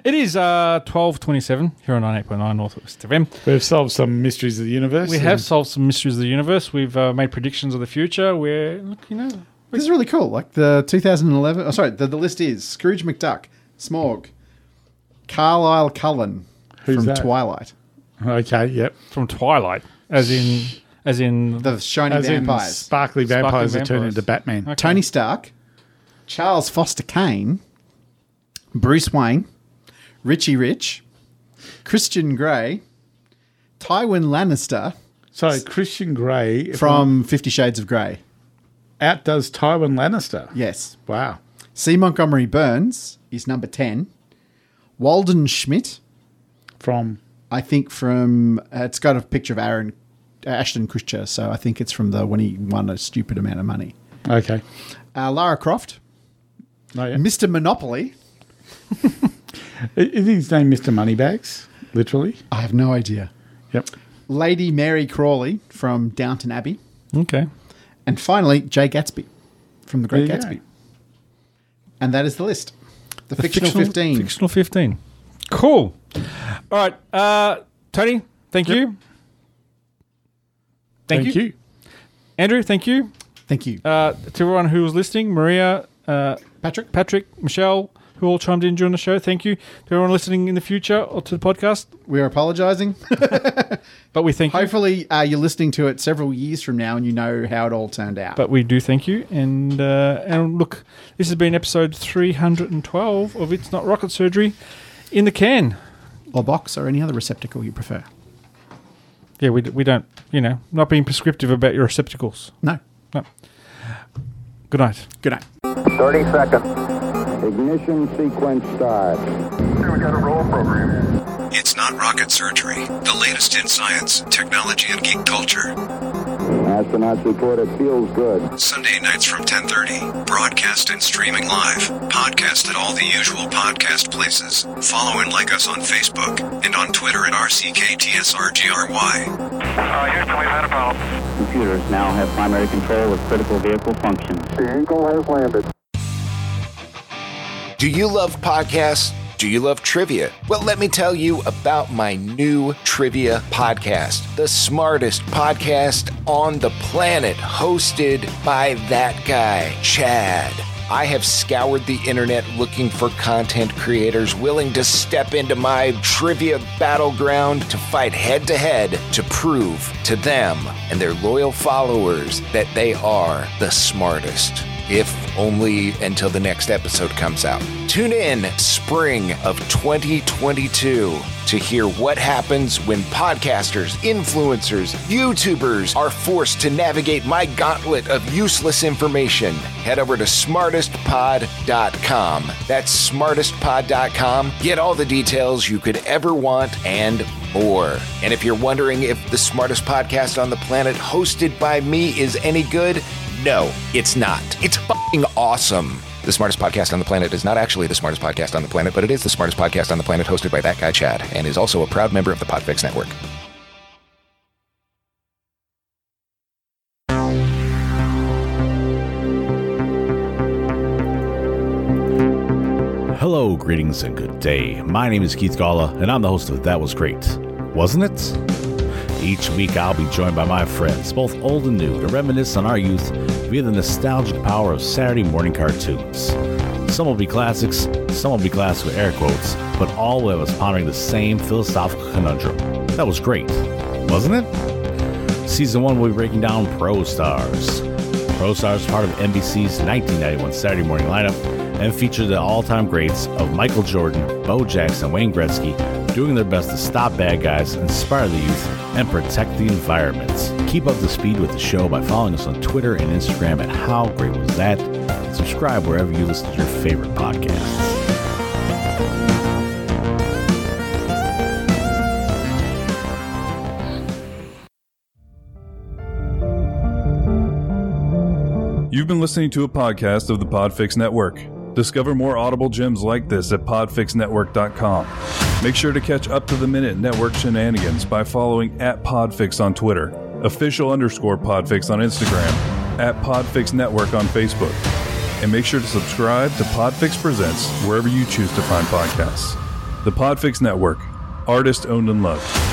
S4: It is uh, 12.27 here on 98.9 Northwest FM.
S5: We've solved some mysteries of the universe.
S4: We have solved some mysteries of the universe. We've uh, made predictions of the future. We're, look, you know,
S6: This is really cool. Like the 2011. Oh, sorry. The, the list is Scrooge McDuck, Smorg, Carlisle Cullen
S5: Who's
S6: from
S5: that?
S6: Twilight,
S5: Okay, yep.
S4: from Twilight, as in, as in,
S6: the shiny
S5: As in
S6: vampires,
S5: sparkly vampires that turn
S4: vampires.
S5: into Batman.
S4: Okay.
S6: Tony Stark, Charles Foster Kane, Bruce Wayne, Richie Rich, Christian Grey, Tywin Lannister
S5: So, Christian Grey if
S6: from Fifty Shades of
S5: I'm-
S6: Grey.
S5: outdoes Tywin Lannister.
S6: Yes.
S5: Wow.
S6: C. Montgomery Burns is number 10. Walden Schmidt,
S5: From
S6: I think from uh, it's got a picture of Aaron uh, Ashton Kutcher, so I think it's from the when he won a stupid amount of money.
S5: okay,
S6: Uh, Lara Croft,
S5: no, yeah.
S6: Mr. Monopoly.
S5: is his name Mister Moneybags? Literally.
S6: I have no idea.
S5: Yep.
S6: Lady Mary Crawley from Downton Abbey,
S4: okay.
S6: and finally Jay Gatsby from The Great
S5: There you
S6: Gatsby.
S5: go.
S6: And that is the list. The, fictional, 15.
S4: Fictional 15. Cool. All right. Uh, Tony, thank you. Thank, you. Andrew, thank you.
S6: Thank you.
S4: Uh, to everyone who was listening, Maria, uh,
S6: Patrick?
S4: Patrick, Michelle, who all chimed in during the show, thank you. To everyone listening in the future or to the podcast,
S6: We're apologizing.
S4: but we thank you.
S6: Hopefully, uh, you're listening to it several years from now and you know how it all turned out.
S4: But we do thank you. And uh, and look, this has been episode 312 of It's Not Rocket Surgery in the can.
S6: or box or any other receptacle you prefer.
S4: Yeah, we, d- we don't, you know, not being prescriptive about your receptacles.
S6: No.
S4: No. Good night.
S6: Good night.
S2: 30 seconds. Ignition sequence starts.
S3: Here we got a roll program.
S7: It's not rocket surgery, the latest in science, technology, and geek culture.
S2: Astronauts report it feels good.
S7: Sunday nights from 10:30. Broadcast and streaming live. Podcast at all the usual podcast places. Follow and like us on Facebook and on Twitter at RCKTSRGRY.
S3: Uh, Houston, we've had a problem.
S8: computers now have primary control of critical vehicle functions.
S2: The Eagle has landed.
S9: Do you love podcasts? Do you love trivia? Well, let me tell you about my new trivia podcast, the smartest podcast on the planet, hosted by that guy, Chad. I have scoured the internet looking for content creators willing to step into my trivia battleground to fight head to head to prove to them and their loyal followers that they are the smartest if only until the next episode comes out. Tune in spring of 2022 to hear what happens when podcasters, influencers, YouTubers are forced to navigate my gauntlet of useless information. Head over to smartestpod.com. That's smartestpod.com. Get all the details you could ever want and more. And if you're wondering if the smartest podcast on the planet hosted by me is any good, no, it's not. It's fucking awesome. The smartest podcast on the planet is not actually the smartest podcast on the planet, but it is the smartest podcast on the planet hosted by that guy Chad and is also a proud member of the Podfix network.
S10: Hello, greetings, and good day. My name is Keith Gala, and I'm the host of That Was Great, wasn't it? Each week, I'll be joined by my friends, both old and new, to reminisce on our youth via the nostalgic power of Saturday morning cartoons. Some will be classics, some will be classic with air quotes, but all of us pondering the same philosophical conundrum. That was great, wasn't it? Season 1 will be breaking down Pro Stars. Pro Stars is part of NBC's 1991 Saturday morning lineup and feature the all-time greats of Michael Jordan, Bo Jackson, Wayne Gretzky doing their best to stop bad guys, inspire the youth, and protect the environment. Keep up to speed with the show by following us on Twitter and Instagram at How Great Was That? And subscribe wherever you listen to your favorite podcasts.
S1: You've been listening to a podcast of the Podfix Network. Discover more audible gems like this at podfixnetwork.com. Make sure to catch up to the minute network shenanigans by following at Podfix on Twitter, official underscore Podfix on Instagram, at Podfix Network on Facebook. And make sure to subscribe to Podfix Presents wherever you choose to find podcasts. The Podfix Network, artist owned and loved.